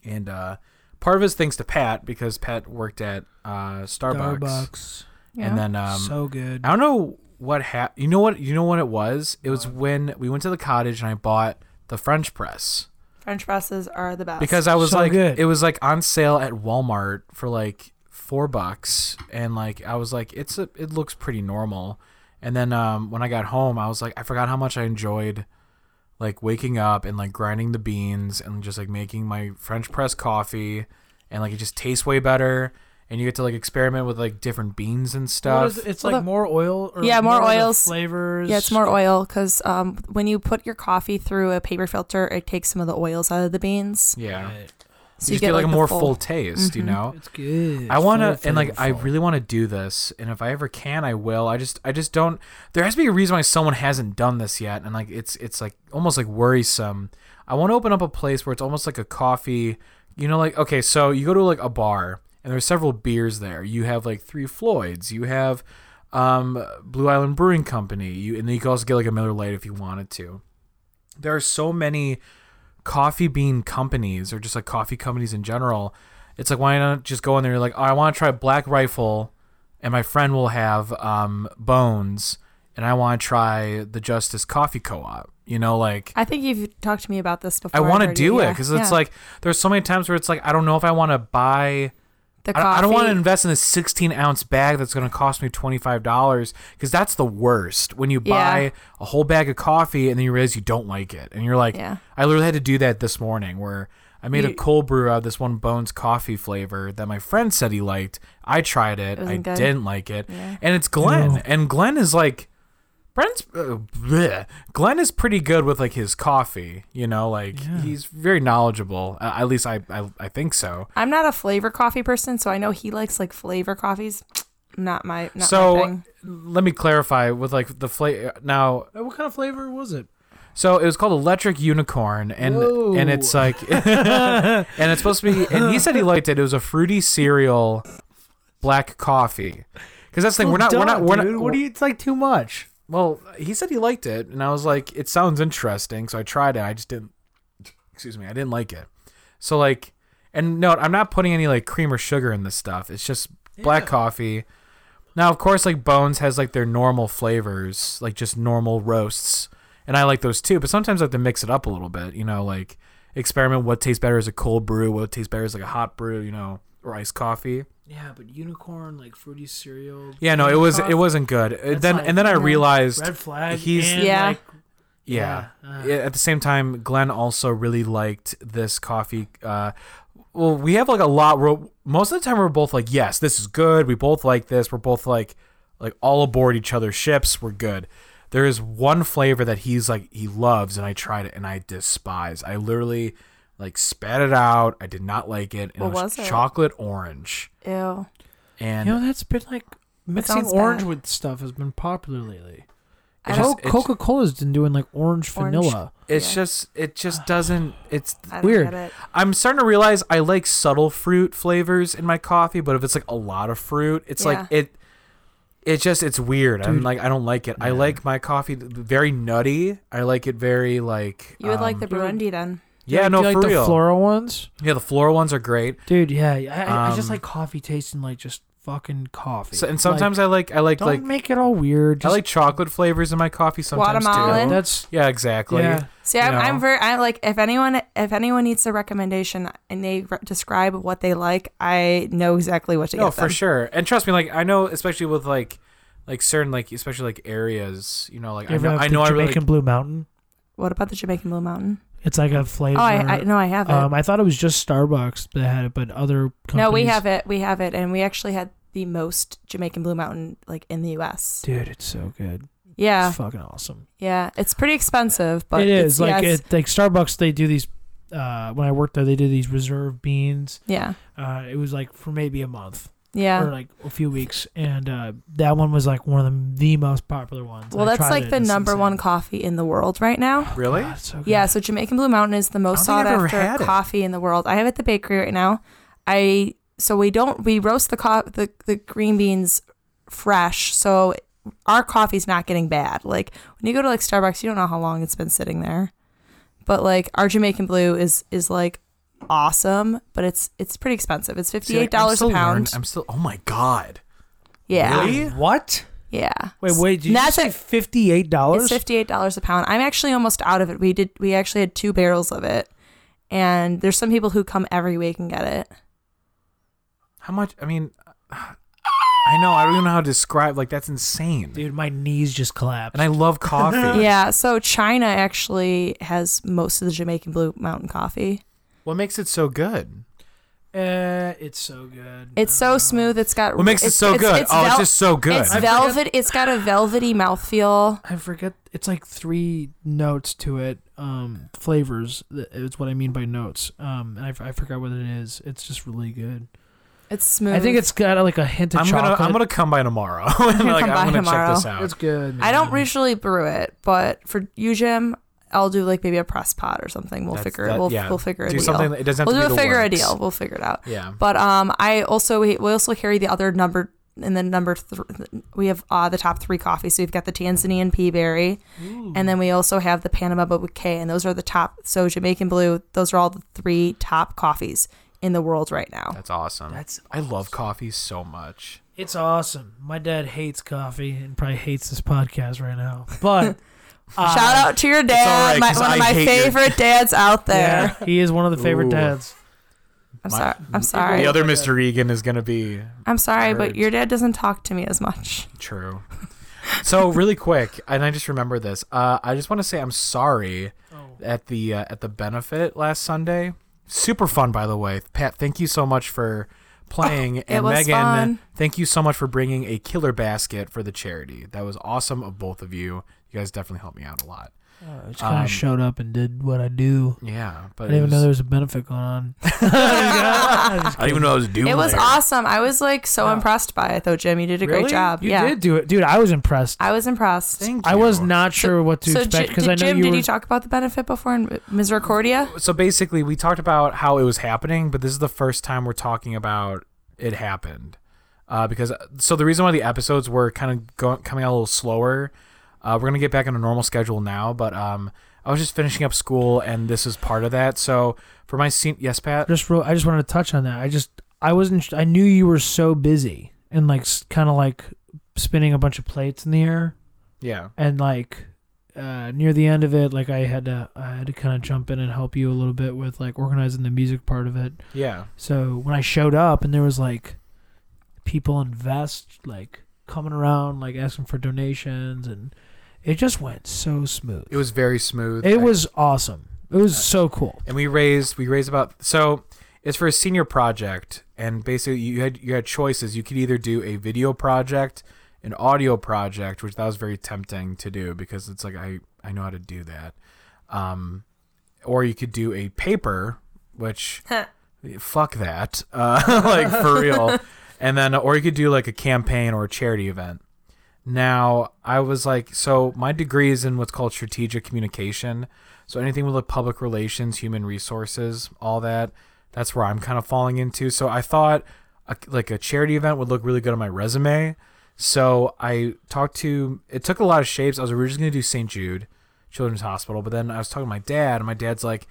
[SPEAKER 3] and uh, part of his thanks to Pat because Pat worked at uh Starbucks,
[SPEAKER 2] Starbucks.
[SPEAKER 4] Yeah.
[SPEAKER 3] and then um,
[SPEAKER 2] so good.
[SPEAKER 3] I don't know what hap You know what? You know what it was? It was when we went to the cottage and I bought the French press
[SPEAKER 4] French presses are the best.
[SPEAKER 3] because I was
[SPEAKER 2] So
[SPEAKER 3] like,
[SPEAKER 2] good.
[SPEAKER 3] it was like on sale at Walmart for like four bucks, and like I was like, it's a, it looks pretty normal. And then um, when I got home, I was like, I forgot how much I enjoyed like waking up and like grinding the beans and just like making my French press coffee, and like it just tastes way better. And you get to like experiment with like different beans and
[SPEAKER 2] What
[SPEAKER 3] stuff.
[SPEAKER 2] is it? It's
[SPEAKER 4] Well,
[SPEAKER 2] like
[SPEAKER 4] the-
[SPEAKER 2] more oil. Or
[SPEAKER 4] Yeah, more
[SPEAKER 2] of the
[SPEAKER 4] oils.
[SPEAKER 2] flavors.
[SPEAKER 4] Yeah, it's more oil because um, when you put your coffee through a paper filter, it takes some of the oils out of the beans.
[SPEAKER 3] Yeah, you,
[SPEAKER 2] Right.
[SPEAKER 4] So
[SPEAKER 3] just get, like a
[SPEAKER 4] the
[SPEAKER 3] more full, Mm-hmm. taste. You know,
[SPEAKER 2] It's good.
[SPEAKER 3] I
[SPEAKER 2] It's
[SPEAKER 3] want to,
[SPEAKER 2] very
[SPEAKER 3] and like, I
[SPEAKER 2] flavorful.
[SPEAKER 3] really want to do this. And if I ever can, I will. I just, I just don't. There has to be a reason why someone hasn't done this yet, and like, it's, it's like almost like worrisome. I want to open up a place where it's almost like a coffee. You know, like okay, so you go to like a bar, and there's several beers there. You have like Three Floyds. You have um, Blue Island Brewing Company. You and then you can also get like a Miller Lite if you wanted to. There are so many coffee bean companies or just like coffee companies in general, it's like why not just go in there? You're like, oh, I want to try Black Rifle, and my friend will have um, Bones, and I want to try the Justice Coffee Co-op. You know, like
[SPEAKER 4] I think you've talked to me about this before.
[SPEAKER 3] I want to
[SPEAKER 4] heard
[SPEAKER 3] do
[SPEAKER 4] you-
[SPEAKER 3] it
[SPEAKER 4] yeah,
[SPEAKER 3] because
[SPEAKER 4] yeah.
[SPEAKER 3] it's like there's so many times where it's like I don't know if I want to buy.
[SPEAKER 4] the
[SPEAKER 3] I don't, I don't want to
[SPEAKER 4] coffee-
[SPEAKER 3] invest in a 16 ounce bag that's going to cost me 25 dollars because that's the worst when you buy
[SPEAKER 4] Yeah.
[SPEAKER 3] a whole bag of coffee and then you realize you don't like it and you're like,
[SPEAKER 4] Yeah.
[SPEAKER 3] I literally had to do that this morning where I made a
[SPEAKER 4] You-
[SPEAKER 3] cold brew out of this one Bones coffee flavor that my friend said he liked. I tried it, I
[SPEAKER 4] wasn't good.
[SPEAKER 3] didn't like it, and it's Glenn,
[SPEAKER 2] No.
[SPEAKER 3] and Glenn is like. Brent's uh, bleh. Glenn is pretty good with like his coffee, you know, like
[SPEAKER 2] Yeah.
[SPEAKER 3] he's very knowledgeable. Uh, at least I, I I think so.
[SPEAKER 4] I'm not a flavor coffee person, so I know he likes like flavor coffees. Not my not my
[SPEAKER 3] so
[SPEAKER 4] thing.
[SPEAKER 3] let me clarify with like the flavor now
[SPEAKER 2] Uh, What kind of flavor was it?
[SPEAKER 3] so it was called electric unicorn and
[SPEAKER 2] Whoa.
[SPEAKER 3] and it's like and it's supposed to be and he said he liked it it was a fruity cereal black coffee because that's the thing we're not we're not we're
[SPEAKER 2] Dude,
[SPEAKER 3] not
[SPEAKER 2] what do you? It's like too much.
[SPEAKER 3] well he said he liked it and i was like it sounds interesting so i tried it i just didn't excuse me i didn't like it so like And note, I'm not putting any like cream or sugar in this stuff. It's just black
[SPEAKER 2] Yeah.
[SPEAKER 3] coffee. Now, of course, like Bones has like their normal flavors, like just normal roasts, and I like those too. But sometimes I have to mix it up a little bit, you know, like experiment what tastes better as a cold brew, what tastes better as like a hot brew, you know, or iced coffee.
[SPEAKER 2] Yeah, but unicorn like fruity cereal.
[SPEAKER 3] Yeah, no, it was it wasn't good. Uh,
[SPEAKER 2] That's
[SPEAKER 3] then
[SPEAKER 2] like-
[SPEAKER 3] and then I realized
[SPEAKER 2] red flag.
[SPEAKER 3] he's-
[SPEAKER 2] and,
[SPEAKER 4] Yeah.
[SPEAKER 2] like,
[SPEAKER 3] yeah.
[SPEAKER 2] yeah, uh.
[SPEAKER 3] Yeah, At the same time, Glenn also really liked this coffee. Uh, well, we have like a lot. We're, most of the time, we're both like, "Yes, this is good." We both like this. We're both like, like all aboard each other's ships. We're good. There is one flavor that he's like he loves, and I tried it, and I despise. I literally like spat it out. I did not like it. And
[SPEAKER 4] What
[SPEAKER 3] it was,
[SPEAKER 4] was it?
[SPEAKER 3] chocolate orange.
[SPEAKER 4] Ew.
[SPEAKER 3] And
[SPEAKER 2] you know that's been like mixing
[SPEAKER 4] sounds
[SPEAKER 2] orange
[SPEAKER 4] bad.
[SPEAKER 2] with stuff has been popular lately.
[SPEAKER 4] I
[SPEAKER 3] just-
[SPEAKER 4] don't,
[SPEAKER 3] it's-
[SPEAKER 2] Coca Cola's been doing like orange,
[SPEAKER 4] Orange.
[SPEAKER 2] vanilla.
[SPEAKER 3] it's
[SPEAKER 4] Yeah.
[SPEAKER 3] just it just doesn't. It's
[SPEAKER 4] I don't
[SPEAKER 2] weird.
[SPEAKER 4] get it.
[SPEAKER 3] I'm starting to realize I like subtle fruit flavors in my coffee, but if it's like a lot of fruit, it's like
[SPEAKER 4] Yeah.
[SPEAKER 3] it it just it's weird. I'm
[SPEAKER 2] Dude.
[SPEAKER 3] like I don't like it. I
[SPEAKER 2] Yeah.
[SPEAKER 3] like my coffee th- very nutty. I like it very like
[SPEAKER 4] You would like
[SPEAKER 3] um,
[SPEAKER 4] the
[SPEAKER 2] you would-
[SPEAKER 4] Burundi then.
[SPEAKER 3] Yeah,
[SPEAKER 2] Like,
[SPEAKER 3] no
[SPEAKER 2] do you
[SPEAKER 3] for
[SPEAKER 2] like
[SPEAKER 3] real.
[SPEAKER 2] the floral ones,
[SPEAKER 3] yeah, the floral ones are great.
[SPEAKER 2] dude. Yeah, I, I just
[SPEAKER 3] Um,
[SPEAKER 2] like coffee tasting like just fucking coffee.
[SPEAKER 3] So, and sometimes I like I like
[SPEAKER 2] don't
[SPEAKER 3] like
[SPEAKER 2] make it all weird.
[SPEAKER 3] I
[SPEAKER 2] Just,
[SPEAKER 3] like chocolate flavors in my coffee sometimes
[SPEAKER 4] Guatemalan.
[SPEAKER 3] too.
[SPEAKER 2] that's
[SPEAKER 3] Yeah, exactly.
[SPEAKER 2] yeah.
[SPEAKER 4] See, I'm,
[SPEAKER 3] You know?
[SPEAKER 4] I'm very. I like if anyone if anyone needs a recommendation and they re- describe what they like, I know exactly what to
[SPEAKER 3] No,
[SPEAKER 4] get them.
[SPEAKER 3] for sure. And trust me, like I know, especially with like like certain like especially like areas, you know, like
[SPEAKER 2] You
[SPEAKER 3] I
[SPEAKER 2] ever
[SPEAKER 3] know
[SPEAKER 2] have
[SPEAKER 3] I
[SPEAKER 2] the
[SPEAKER 3] know I
[SPEAKER 2] Jamaican
[SPEAKER 3] really
[SPEAKER 2] Blue Mountain.
[SPEAKER 4] What about the Jamaican Blue Mountain?
[SPEAKER 2] It's like a flavor.
[SPEAKER 4] Oh, I, I no, I have it.
[SPEAKER 3] uh,
[SPEAKER 2] um, I thought it was just Starbucks that had it, but other companies.
[SPEAKER 4] no, we have it. We have it, and we actually had the most Jamaican Blue Mountain like in the U.S.
[SPEAKER 2] Dude, it's so good.
[SPEAKER 4] Yeah,
[SPEAKER 2] It's fucking awesome.
[SPEAKER 4] yeah. It's pretty expensive, but
[SPEAKER 2] it is
[SPEAKER 4] it's- yeah,
[SPEAKER 2] like
[SPEAKER 4] it's-
[SPEAKER 2] it, like Starbucks. They do these. Uh, when I worked there, they did these reserve beans.
[SPEAKER 4] yeah,
[SPEAKER 2] Uh, it was like for maybe a month
[SPEAKER 4] yeah.
[SPEAKER 2] or like a few weeks, and uh, that one was like one of the, the most popular ones.
[SPEAKER 4] Well,
[SPEAKER 2] I
[SPEAKER 4] that's
[SPEAKER 2] tried
[SPEAKER 4] like
[SPEAKER 2] it,
[SPEAKER 4] the
[SPEAKER 2] it's
[SPEAKER 4] number
[SPEAKER 2] insane.
[SPEAKER 4] one coffee in the world right now.
[SPEAKER 3] really.
[SPEAKER 2] God, it's so good.
[SPEAKER 4] Yeah, so Jamaican Blue Mountain is the
[SPEAKER 3] I
[SPEAKER 4] most sought
[SPEAKER 3] don't think I've ever had
[SPEAKER 4] after
[SPEAKER 3] it.
[SPEAKER 4] coffee in the world. I have it at the bakery right now. I so we don't we roast the co- the the green beans fresh, so our coffee's not getting bad. Like when you go to like Starbucks, you don't know how long it's been sitting there. But like our Jamaican Blue is is like awesome, but it's it's pretty expensive. It's
[SPEAKER 3] See,
[SPEAKER 4] fifty
[SPEAKER 3] like,
[SPEAKER 4] eight dollars
[SPEAKER 3] I'm still
[SPEAKER 4] a
[SPEAKER 3] learn-
[SPEAKER 4] pound.
[SPEAKER 3] I'm still. Oh my god.
[SPEAKER 4] yeah,
[SPEAKER 3] Really?
[SPEAKER 2] What?
[SPEAKER 4] yeah.
[SPEAKER 2] Wait, wait. Did
[SPEAKER 4] And
[SPEAKER 2] you
[SPEAKER 4] that's
[SPEAKER 2] say
[SPEAKER 4] it.
[SPEAKER 2] fifty eight
[SPEAKER 4] It's
[SPEAKER 2] dollars?
[SPEAKER 4] fifty eight dollars a pound. I'm actually almost out of it. We did we actually had two barrels of it. And there's some people who come every week and get it.
[SPEAKER 3] How much? I mean, I know. I don't even know how to describe. Like that's insane.
[SPEAKER 2] Dude, my knees just collapsed.
[SPEAKER 3] And I love coffee.
[SPEAKER 4] Yeah, so China actually has most of the Jamaican Blue Mountain coffee.
[SPEAKER 3] What makes it so good?
[SPEAKER 2] uh, it's so good. Uh,
[SPEAKER 4] It's so smooth. It's got
[SPEAKER 3] What makes it
[SPEAKER 4] it's-
[SPEAKER 3] so
[SPEAKER 4] it's-
[SPEAKER 3] good?
[SPEAKER 4] It's
[SPEAKER 3] oh, it's
[SPEAKER 4] vel-
[SPEAKER 3] just so good.
[SPEAKER 4] It's
[SPEAKER 2] I
[SPEAKER 4] velvet.
[SPEAKER 2] forget-
[SPEAKER 4] It's got a velvety mouthfeel.
[SPEAKER 2] I forget. It's like three notes to it. Um, flavors. th- It's what I mean by notes. Um, and I, f- I forgot what it is. It's just really good.
[SPEAKER 4] It's smooth.
[SPEAKER 2] I think it's got like a hint of
[SPEAKER 3] I'm gonna
[SPEAKER 2] chocolate.
[SPEAKER 3] I'm gonna come by tomorrow. And,
[SPEAKER 4] gonna
[SPEAKER 3] like,
[SPEAKER 4] come
[SPEAKER 3] I'm gonna
[SPEAKER 4] by
[SPEAKER 3] check this
[SPEAKER 4] tomorrow.
[SPEAKER 3] out.
[SPEAKER 2] It's good.
[SPEAKER 4] I don't
[SPEAKER 2] man.
[SPEAKER 4] usually brew it, but for you, Jim, I'll do like maybe a press pot or something. We'll
[SPEAKER 3] That's-
[SPEAKER 4] figure
[SPEAKER 3] that-
[SPEAKER 4] it. We'll
[SPEAKER 3] yeah.
[SPEAKER 4] we'll figure a
[SPEAKER 3] Do
[SPEAKER 4] deal.
[SPEAKER 3] something. That, it doesn't have
[SPEAKER 4] we'll
[SPEAKER 3] to
[SPEAKER 4] do
[SPEAKER 3] be
[SPEAKER 4] a
[SPEAKER 3] the
[SPEAKER 4] figure a
[SPEAKER 3] works.
[SPEAKER 4] deal. We'll figure it out.
[SPEAKER 3] Yeah.
[SPEAKER 4] But um, I also we we also carry the other number and then number three. We have uh, the top three coffees. So we've got the Tanzanian pea berry, and then we also have the Panama bouquet, and those are the top. So Jamaican blue. Those are all the three top coffees in the world right now.
[SPEAKER 3] That's awesome.
[SPEAKER 2] That's
[SPEAKER 3] I love coffee so much.
[SPEAKER 2] It's awesome. My dad hates coffee and probably hates this podcast right now. But uh,
[SPEAKER 4] Shout out to your dad,
[SPEAKER 3] alright,
[SPEAKER 4] my,
[SPEAKER 3] 'cause
[SPEAKER 4] one
[SPEAKER 3] I
[SPEAKER 4] of my
[SPEAKER 3] hate your-
[SPEAKER 4] favorite dads out there.
[SPEAKER 2] yeah, he is one of the favorite
[SPEAKER 3] Ooh.
[SPEAKER 2] dads.
[SPEAKER 4] I'm
[SPEAKER 3] My-
[SPEAKER 4] sorry. I'm sorry.
[SPEAKER 3] The
[SPEAKER 2] Right.
[SPEAKER 3] other Mr. Egan is gonna be
[SPEAKER 4] I'm sorry, but
[SPEAKER 3] Nerds.
[SPEAKER 4] your dad doesn't talk to me as much.
[SPEAKER 3] true. So really quick, and I just remember this. Uh, I just want to say I'm sorry
[SPEAKER 2] Oh.
[SPEAKER 3] at the uh, at the benefit last Sunday. Super fun, by the way. Pat, thank you so much for playing, and
[SPEAKER 4] Oh, was
[SPEAKER 3] Megan,
[SPEAKER 4] fun.
[SPEAKER 3] thank you so much for bringing a killer basket for the charity. That was awesome of both of you. You guys definitely helped me out a lot.
[SPEAKER 2] I just kind of
[SPEAKER 3] Um,
[SPEAKER 2] showed up and did what I do.
[SPEAKER 3] Yeah,
[SPEAKER 2] I
[SPEAKER 3] but
[SPEAKER 2] didn't
[SPEAKER 3] it
[SPEAKER 2] even
[SPEAKER 3] was-
[SPEAKER 2] know there was a benefit going on. I'm just
[SPEAKER 3] I didn't even know I was doing.
[SPEAKER 4] It was
[SPEAKER 3] there.
[SPEAKER 4] awesome. I was like so
[SPEAKER 2] Yeah.
[SPEAKER 4] impressed by it though, Jim. You did a
[SPEAKER 3] Really?
[SPEAKER 4] great job.
[SPEAKER 2] You
[SPEAKER 4] yeah.
[SPEAKER 2] did do it, dude. I was impressed. I,
[SPEAKER 4] I was impressed.
[SPEAKER 3] Thank
[SPEAKER 2] was
[SPEAKER 3] you.
[SPEAKER 2] not sure what to
[SPEAKER 4] so
[SPEAKER 2] expect
[SPEAKER 4] Ji-
[SPEAKER 2] because
[SPEAKER 4] did
[SPEAKER 2] I know
[SPEAKER 4] Jim,
[SPEAKER 2] you
[SPEAKER 4] did
[SPEAKER 2] were.
[SPEAKER 4] you talk about the benefit before in Misericordia?
[SPEAKER 3] So basically, we talked about how it was happening, but this is the first time we're talking about it happened. Uh, because so the reason why the episodes were kind of go- coming out a little slower, uh, we're gonna get back on a normal schedule now. But um, I was just finishing up school, and this is part of that. So for my scene, yes, Pat.
[SPEAKER 2] just real, I just wanted to touch on that. I just I wasn't sh- I knew you were so busy and like kind of like spinning a bunch of plates in the air
[SPEAKER 3] Yeah.
[SPEAKER 2] and like uh, near the end of it like I had to I had to kind of jump in and help you a little bit with like organizing the music part of it.
[SPEAKER 3] Yeah.
[SPEAKER 2] So when I showed up and there was like people invest like coming around like asking for donations and it just went so smooth.
[SPEAKER 3] It was very smooth.
[SPEAKER 2] It
[SPEAKER 3] I-
[SPEAKER 2] was awesome. It was
[SPEAKER 3] Uh,
[SPEAKER 2] so cool.
[SPEAKER 3] and we raised we raised about so it's for a senior project and basically you had you had choices you could either do a video project an audio project which that was very tempting to do because it's like i i know how to do that um or you could do a paper which fuck that uh like for real and then or you could do like a campaign or a charity event now, I was like, so my degree is in what's called strategic communication. So anything with like public relations, human resources, all that, that's where I'm kind of falling into. So I thought a, like a charity event would look really good on my resume. So I talked to, it took a lot of shapes. I was originally going to do St. Jude Children's Hospital, but then I was talking to my dad, and my dad's like,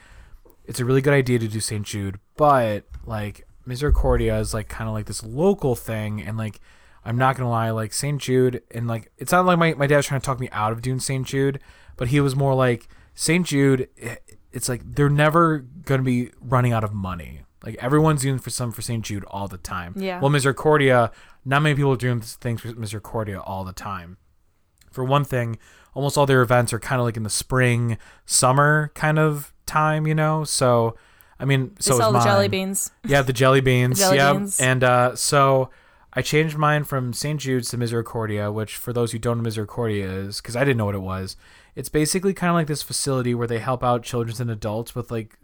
[SPEAKER 3] it's a really good idea to do St. Jude, but like Misericordia is like kind of like this local thing, and like I'm not gonna lie, like St. Jude, and like it's not like my my dad was trying to talk me out of doing St. Jude, but he was more like St. Jude. i- It's like they're never gonna be running out of money. Like everyone's doing for some for St. Jude all the time.
[SPEAKER 4] Yeah.
[SPEAKER 3] Well, Misericordia, not many people are doing things for Misericordia all the time for one thing, almost all their events are kind of like in the spring, summer kind of time, you know. So, I mean,
[SPEAKER 4] They
[SPEAKER 3] so is
[SPEAKER 4] sell the
[SPEAKER 3] mine.
[SPEAKER 4] jelly beans.
[SPEAKER 3] Yeah, the jelly beans.
[SPEAKER 4] jelly
[SPEAKER 3] yeah,
[SPEAKER 4] beans.
[SPEAKER 3] and uh, so I changed mine from St. Jude's to Misericordia, which for those who don't know, Misericordia is because I didn't know what it was. It's basically kind of like this facility where they help out children and adults with like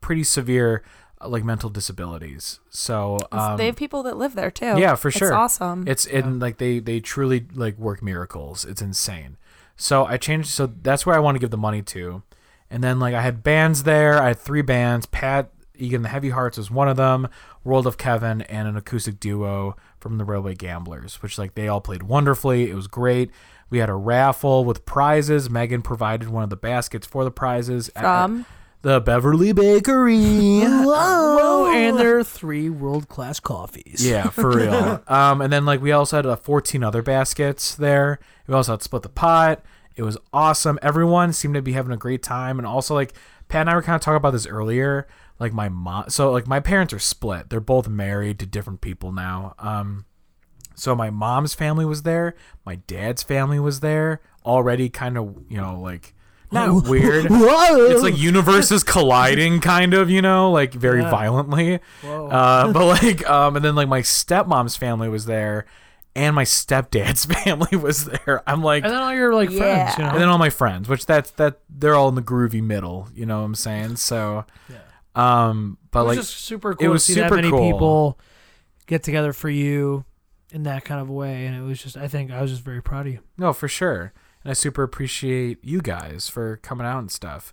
[SPEAKER 3] pretty severe uh, like mental disabilities. So um,
[SPEAKER 4] they have people that live there too.
[SPEAKER 3] yeah, for
[SPEAKER 4] It's
[SPEAKER 3] sure.
[SPEAKER 4] awesome.
[SPEAKER 3] it's and like they they truly like work miracles. It's insane. So I changed. So that's where I want to give the money to. And then like I had bands there. I had three bands. Pat Egan, the Heavy Hearts was one of them. World of Kevin and an acoustic duo from the Railway Gamblers, which like they all played wonderfully. It was great. We had a raffle with prizes. Megan provided one of the baskets for the prizes. at-
[SPEAKER 4] From?
[SPEAKER 3] the Beverly Bakery.
[SPEAKER 2] Whoa, and there are three world class coffees.
[SPEAKER 3] Yeah, for real. um, and then like we also had uh, 14 other baskets there. We also had split the pot. It was awesome. Everyone seemed to be having a great time, and also like Pat and I were kind of talking about this earlier. Like my mom, so like my parents are split. They're both married to different people now. Um, so my mom's family was there. My dad's family was there. Already kind of you know like not weird
[SPEAKER 2] Whoa.
[SPEAKER 3] it's like universes colliding kind of you know like very
[SPEAKER 2] Yeah.
[SPEAKER 3] violently uh, but like um and then like my stepmom's family was there and my stepdad's family was there i'm like
[SPEAKER 2] and then all your like friends, you
[SPEAKER 4] Yeah.
[SPEAKER 2] know.
[SPEAKER 3] and then all my friends which that's that they're all in the groovy middle you know what i'm saying so um but
[SPEAKER 2] it was
[SPEAKER 3] like
[SPEAKER 2] just super cool
[SPEAKER 3] was
[SPEAKER 2] to see
[SPEAKER 3] super
[SPEAKER 2] that many
[SPEAKER 3] cool.
[SPEAKER 2] people get together for you in that kind of way, and it was just I think I was just very proud of you.
[SPEAKER 3] No, for sure. And I super appreciate you guys for coming out and stuff.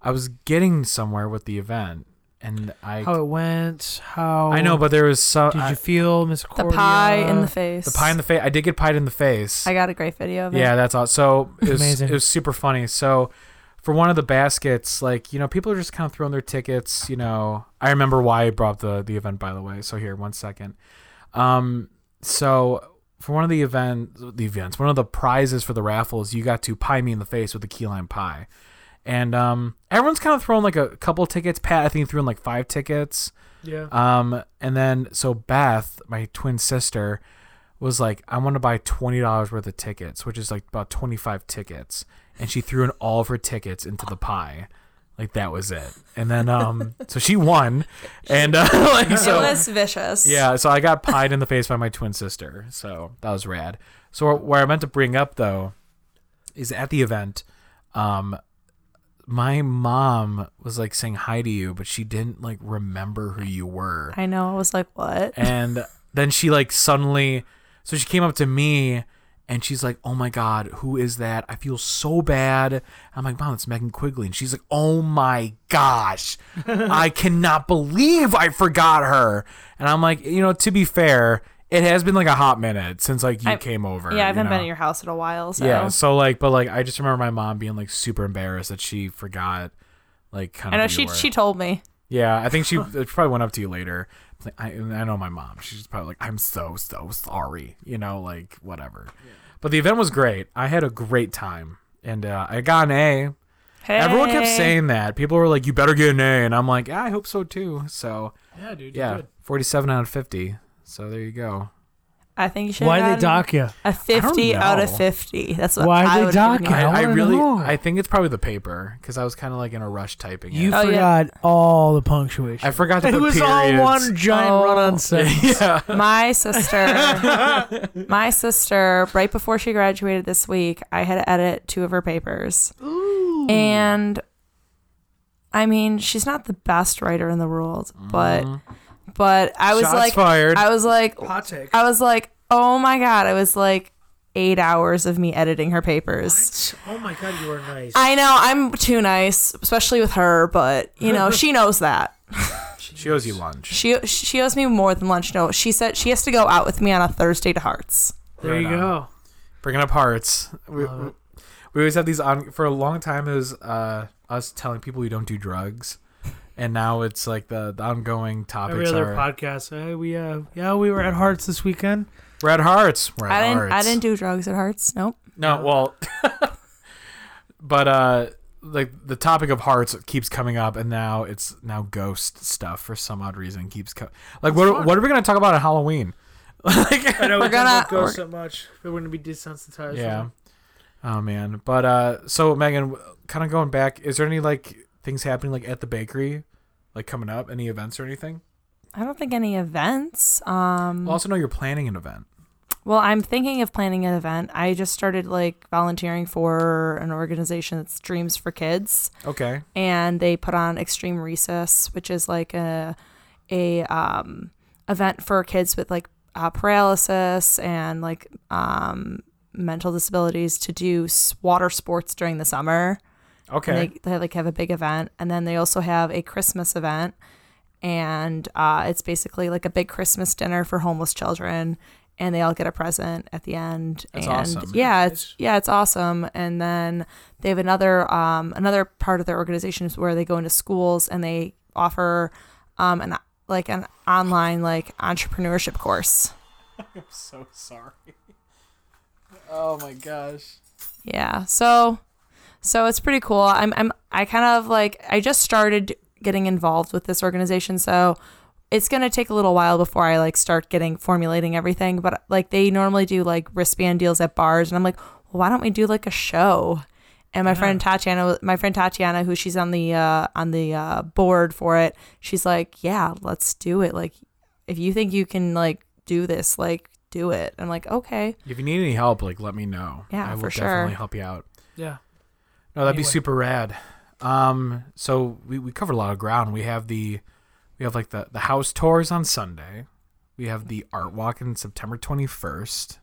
[SPEAKER 3] I was getting somewhere with the event, and I
[SPEAKER 2] How it went, how
[SPEAKER 3] I know, but there was some
[SPEAKER 2] Oh. did
[SPEAKER 3] I-
[SPEAKER 2] you feel, Miss
[SPEAKER 4] the pie in the face.
[SPEAKER 3] the pie in the face. I did get pie in the face.
[SPEAKER 4] I got a great video of it.
[SPEAKER 3] Yeah, that's awesome. So it was,
[SPEAKER 2] Amazing.
[SPEAKER 3] it was super funny. So for one of the baskets, like you know, people are just kind of throwing their tickets. You know, I remember why I brought up the the event by the way. So here, one second. Um, so for one of the event the events, one of the prizes for the raffles, you got to pie me in the face with a key lime pie. And um, everyone's kind of throwing like a couple tickets. Pat, I think, threw in like five tickets.
[SPEAKER 2] Yeah.
[SPEAKER 3] Um, and then so Beth, my twin sister, was like, I want to buy twenty dollars worth of tickets, which is like about twenty five tickets, and she threw in all of her tickets into the pie. Like that was it, and then um, so she won, and uh, like
[SPEAKER 4] It
[SPEAKER 3] so
[SPEAKER 4] was vicious.
[SPEAKER 3] yeah, so I got pied in the face by my twin sister. So that was rad. So where I meant to bring up though is at the event, um, my mom was like saying hi to you, but she didn't like remember who you were.
[SPEAKER 4] I know. I was like, what?
[SPEAKER 3] And then she like suddenly, so she came up to me and she's like, "Oh my god, who is that? I feel so bad." I'm like, "Mom, it's Megan Quigley." And she's like, "Oh my gosh, I cannot believe I forgot her." And I'm like, you know, to be fair. it has been like a hot minute since like you
[SPEAKER 4] I-
[SPEAKER 3] came over.
[SPEAKER 4] yeah, I
[SPEAKER 3] you
[SPEAKER 4] haven't
[SPEAKER 3] know?
[SPEAKER 4] been at your house in a while, so
[SPEAKER 3] Yeah, so like, but like, I just remember my mom being like super embarrassed that she forgot, like, kind
[SPEAKER 4] I
[SPEAKER 3] of.
[SPEAKER 4] know
[SPEAKER 3] who you
[SPEAKER 4] she
[SPEAKER 3] were.
[SPEAKER 4] she told me.
[SPEAKER 3] Yeah, I think she it probably went up to you later. I, I know my mom. She's probably like, I'm so, so sorry. You know, like, whatever. But the event was great. I had a great time. And uh, I got an A.
[SPEAKER 4] Hey.
[SPEAKER 3] Everyone kept saying that. People were like, you better get an A. And I'm like, yeah, I hope so too. So,
[SPEAKER 2] Yeah, dude.
[SPEAKER 3] yeah, 47 out of 50. So there you go.
[SPEAKER 4] I think you should.
[SPEAKER 2] Why they dock you?
[SPEAKER 4] a fifty out of
[SPEAKER 3] know.
[SPEAKER 4] fifty? That's what
[SPEAKER 2] Why
[SPEAKER 4] I
[SPEAKER 2] they
[SPEAKER 4] would have
[SPEAKER 2] dock
[SPEAKER 4] given
[SPEAKER 2] you?
[SPEAKER 4] you.
[SPEAKER 3] I, I
[SPEAKER 2] wanna
[SPEAKER 3] really,
[SPEAKER 2] know.
[SPEAKER 3] I think it's probably the paper because I was kind of like in a rush typing
[SPEAKER 2] You
[SPEAKER 3] it.
[SPEAKER 4] Oh, yeah.
[SPEAKER 2] forgot all the punctuation.
[SPEAKER 3] I forgot to
[SPEAKER 2] it
[SPEAKER 3] put
[SPEAKER 2] was
[SPEAKER 3] periods.
[SPEAKER 2] all one giant
[SPEAKER 4] Oh.
[SPEAKER 2] run on sentence.
[SPEAKER 3] yeah.
[SPEAKER 4] My sister, my sister, right before she graduated this week, I had to edit two of her papers. And I mean, she's not the best writer in the world, but but I was
[SPEAKER 3] Mm. Shots
[SPEAKER 4] like
[SPEAKER 3] fired.
[SPEAKER 4] I was like
[SPEAKER 2] Hot take.
[SPEAKER 4] I was like, "Oh my god." I was like 8 hours of me editing her papers.
[SPEAKER 2] Oh my god, you are nice.
[SPEAKER 4] I know I'm too nice, especially with her, but you know, she knows that.
[SPEAKER 3] she owes you lunch.
[SPEAKER 4] She she owes me more than lunch. No, she said she has to go out with me on a Thursday to Hearts.
[SPEAKER 2] there
[SPEAKER 3] Right
[SPEAKER 2] you
[SPEAKER 3] on.
[SPEAKER 2] go.
[SPEAKER 3] bringing up hearts. We,
[SPEAKER 2] Love it.
[SPEAKER 3] we always have these on for a long time. It was uh, us telling people you don't do drugs, and now it's like the, the ongoing
[SPEAKER 2] Every
[SPEAKER 3] topics
[SPEAKER 2] other
[SPEAKER 3] are
[SPEAKER 2] podcast. Hey, we uh, yeah, we were at Hearts this weekend.
[SPEAKER 3] red hearts. Red
[SPEAKER 4] I didn't
[SPEAKER 3] hearts.
[SPEAKER 4] I didn't do drugs at Hearts. Nope.
[SPEAKER 3] No, well, but uh, like the topic of hearts keeps coming up, and now it's now ghost stuff for some odd reason keeps co- like what what are we gonna talk about on Halloween? like
[SPEAKER 2] I know
[SPEAKER 4] We're
[SPEAKER 2] we
[SPEAKER 4] gonna-
[SPEAKER 2] don't go
[SPEAKER 4] we're-
[SPEAKER 2] so much. We're gonna be desensitized.
[SPEAKER 3] yeah. Oh man, but uh, so Megan, kind of going back, is there any like things happening like at the bakery, like coming up, any events or anything?
[SPEAKER 4] I don't think any events. Um,
[SPEAKER 3] I also know you're planning an event.
[SPEAKER 4] well, I'm thinking of planning an event. I just started like volunteering for an organization that's Dreams for Kids,
[SPEAKER 3] Okay.
[SPEAKER 4] and they put on Extreme Recess, which is like a a um, event for kids with like uh, paralysis and like um, mental disabilities to do s- water sports during the summer.
[SPEAKER 3] Okay.
[SPEAKER 4] And they, they like have a big event, and then they also have a Christmas event, and uh, it's basically like a big Christmas dinner for homeless children, and they all get a present at the end.
[SPEAKER 3] That's
[SPEAKER 4] and
[SPEAKER 3] awesome.
[SPEAKER 4] Yeah, it's yeah, it's awesome. And then they have another um, another part of their organization is where they go into schools and they offer um, an like an online like entrepreneurship course.
[SPEAKER 3] I'm so sorry. oh my gosh.
[SPEAKER 4] Yeah. So so it's pretty cool. I'm I'm I kind of like I just started getting involved with this organization, so it's going to take a little while before I like start getting formulating everything, but like they normally do like wristband deals at bars and I'm like, well, "Why don't we do like a show?" And my friend Tatiana, my friend Tatiana, who she's on the uh, on the uh, board for it, she's like, "Yeah, let's do it. Like, if you think you can like do this, like do it." I'm like, "Okay."
[SPEAKER 3] If you need any help, like let me know.
[SPEAKER 4] Yeah,
[SPEAKER 3] I will
[SPEAKER 4] for sure.
[SPEAKER 3] definitely help you out.
[SPEAKER 2] yeah.
[SPEAKER 3] No, that'd be
[SPEAKER 2] Anyway.
[SPEAKER 3] super rad. Um, so we, we covered a lot of ground. We have the we have like the, the house tours on Sunday. We have the art walk in September twenty first.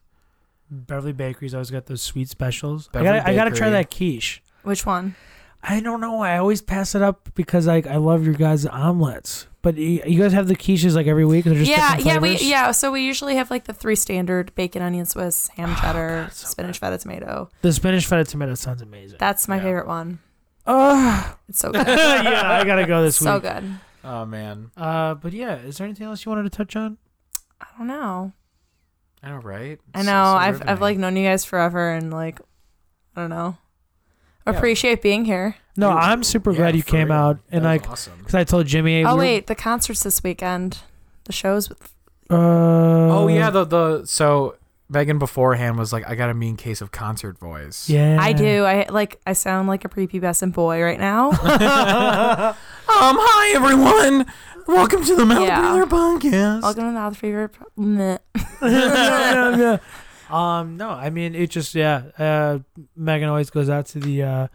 [SPEAKER 2] Beverly Bakery's always got those sweet specials.
[SPEAKER 3] Beverly
[SPEAKER 2] I gotta, I gotta try
[SPEAKER 3] Bakery.
[SPEAKER 2] that quiche.
[SPEAKER 4] Which one?
[SPEAKER 2] I don't know. I always pass it up because like I love your guys' omelets, but you, you guys have the quiches like every week. They're just
[SPEAKER 4] yeah,
[SPEAKER 2] different
[SPEAKER 4] yeah, we
[SPEAKER 2] flavors?
[SPEAKER 4] yeah. So we usually have like the three standard bacon, onion, Swiss, ham,
[SPEAKER 2] Oh,
[SPEAKER 4] cheddar, spinach, feta, tomato.
[SPEAKER 2] The Spanish feta tomato sounds amazing.
[SPEAKER 4] That's my
[SPEAKER 3] Yeah.
[SPEAKER 4] favorite one.
[SPEAKER 2] Ugh.
[SPEAKER 4] It's so good,
[SPEAKER 2] yeah, I gotta go this
[SPEAKER 4] so
[SPEAKER 2] week.
[SPEAKER 4] good.
[SPEAKER 3] Oh man.
[SPEAKER 2] Uh, but yeah, is there anything else you wanted to touch on?
[SPEAKER 4] I don't know.
[SPEAKER 3] I know, right?
[SPEAKER 4] I
[SPEAKER 3] So-
[SPEAKER 4] know.
[SPEAKER 3] so
[SPEAKER 4] I've I've
[SPEAKER 3] riveting.
[SPEAKER 4] like known you guys forever, and like, I don't know.
[SPEAKER 3] Yeah.
[SPEAKER 4] Appreciate being here.
[SPEAKER 2] No,
[SPEAKER 3] Dude,
[SPEAKER 2] I'm super
[SPEAKER 3] yeah,
[SPEAKER 2] glad you
[SPEAKER 3] for
[SPEAKER 2] came
[SPEAKER 3] real.
[SPEAKER 2] out and
[SPEAKER 3] That was
[SPEAKER 2] like
[SPEAKER 3] awesome.
[SPEAKER 2] because I told Jimmy. hey, we
[SPEAKER 4] oh
[SPEAKER 2] were-
[SPEAKER 4] wait, the concerts this weekend. The shows. With,
[SPEAKER 2] Uh,
[SPEAKER 3] Oh yeah, the the so Megan beforehand was like, I got a mean case of concert voice.
[SPEAKER 2] yeah.
[SPEAKER 4] I do. I like. I sound like a prepubescent boy right now.
[SPEAKER 3] Um, hi everyone. Welcome to the Metal
[SPEAKER 4] Yeah.
[SPEAKER 3] Breather podcast.
[SPEAKER 4] Welcome to the Mouth favorite. Meh.
[SPEAKER 2] um, no, I mean it just yeah. Uh, Megan always goes out to the uh,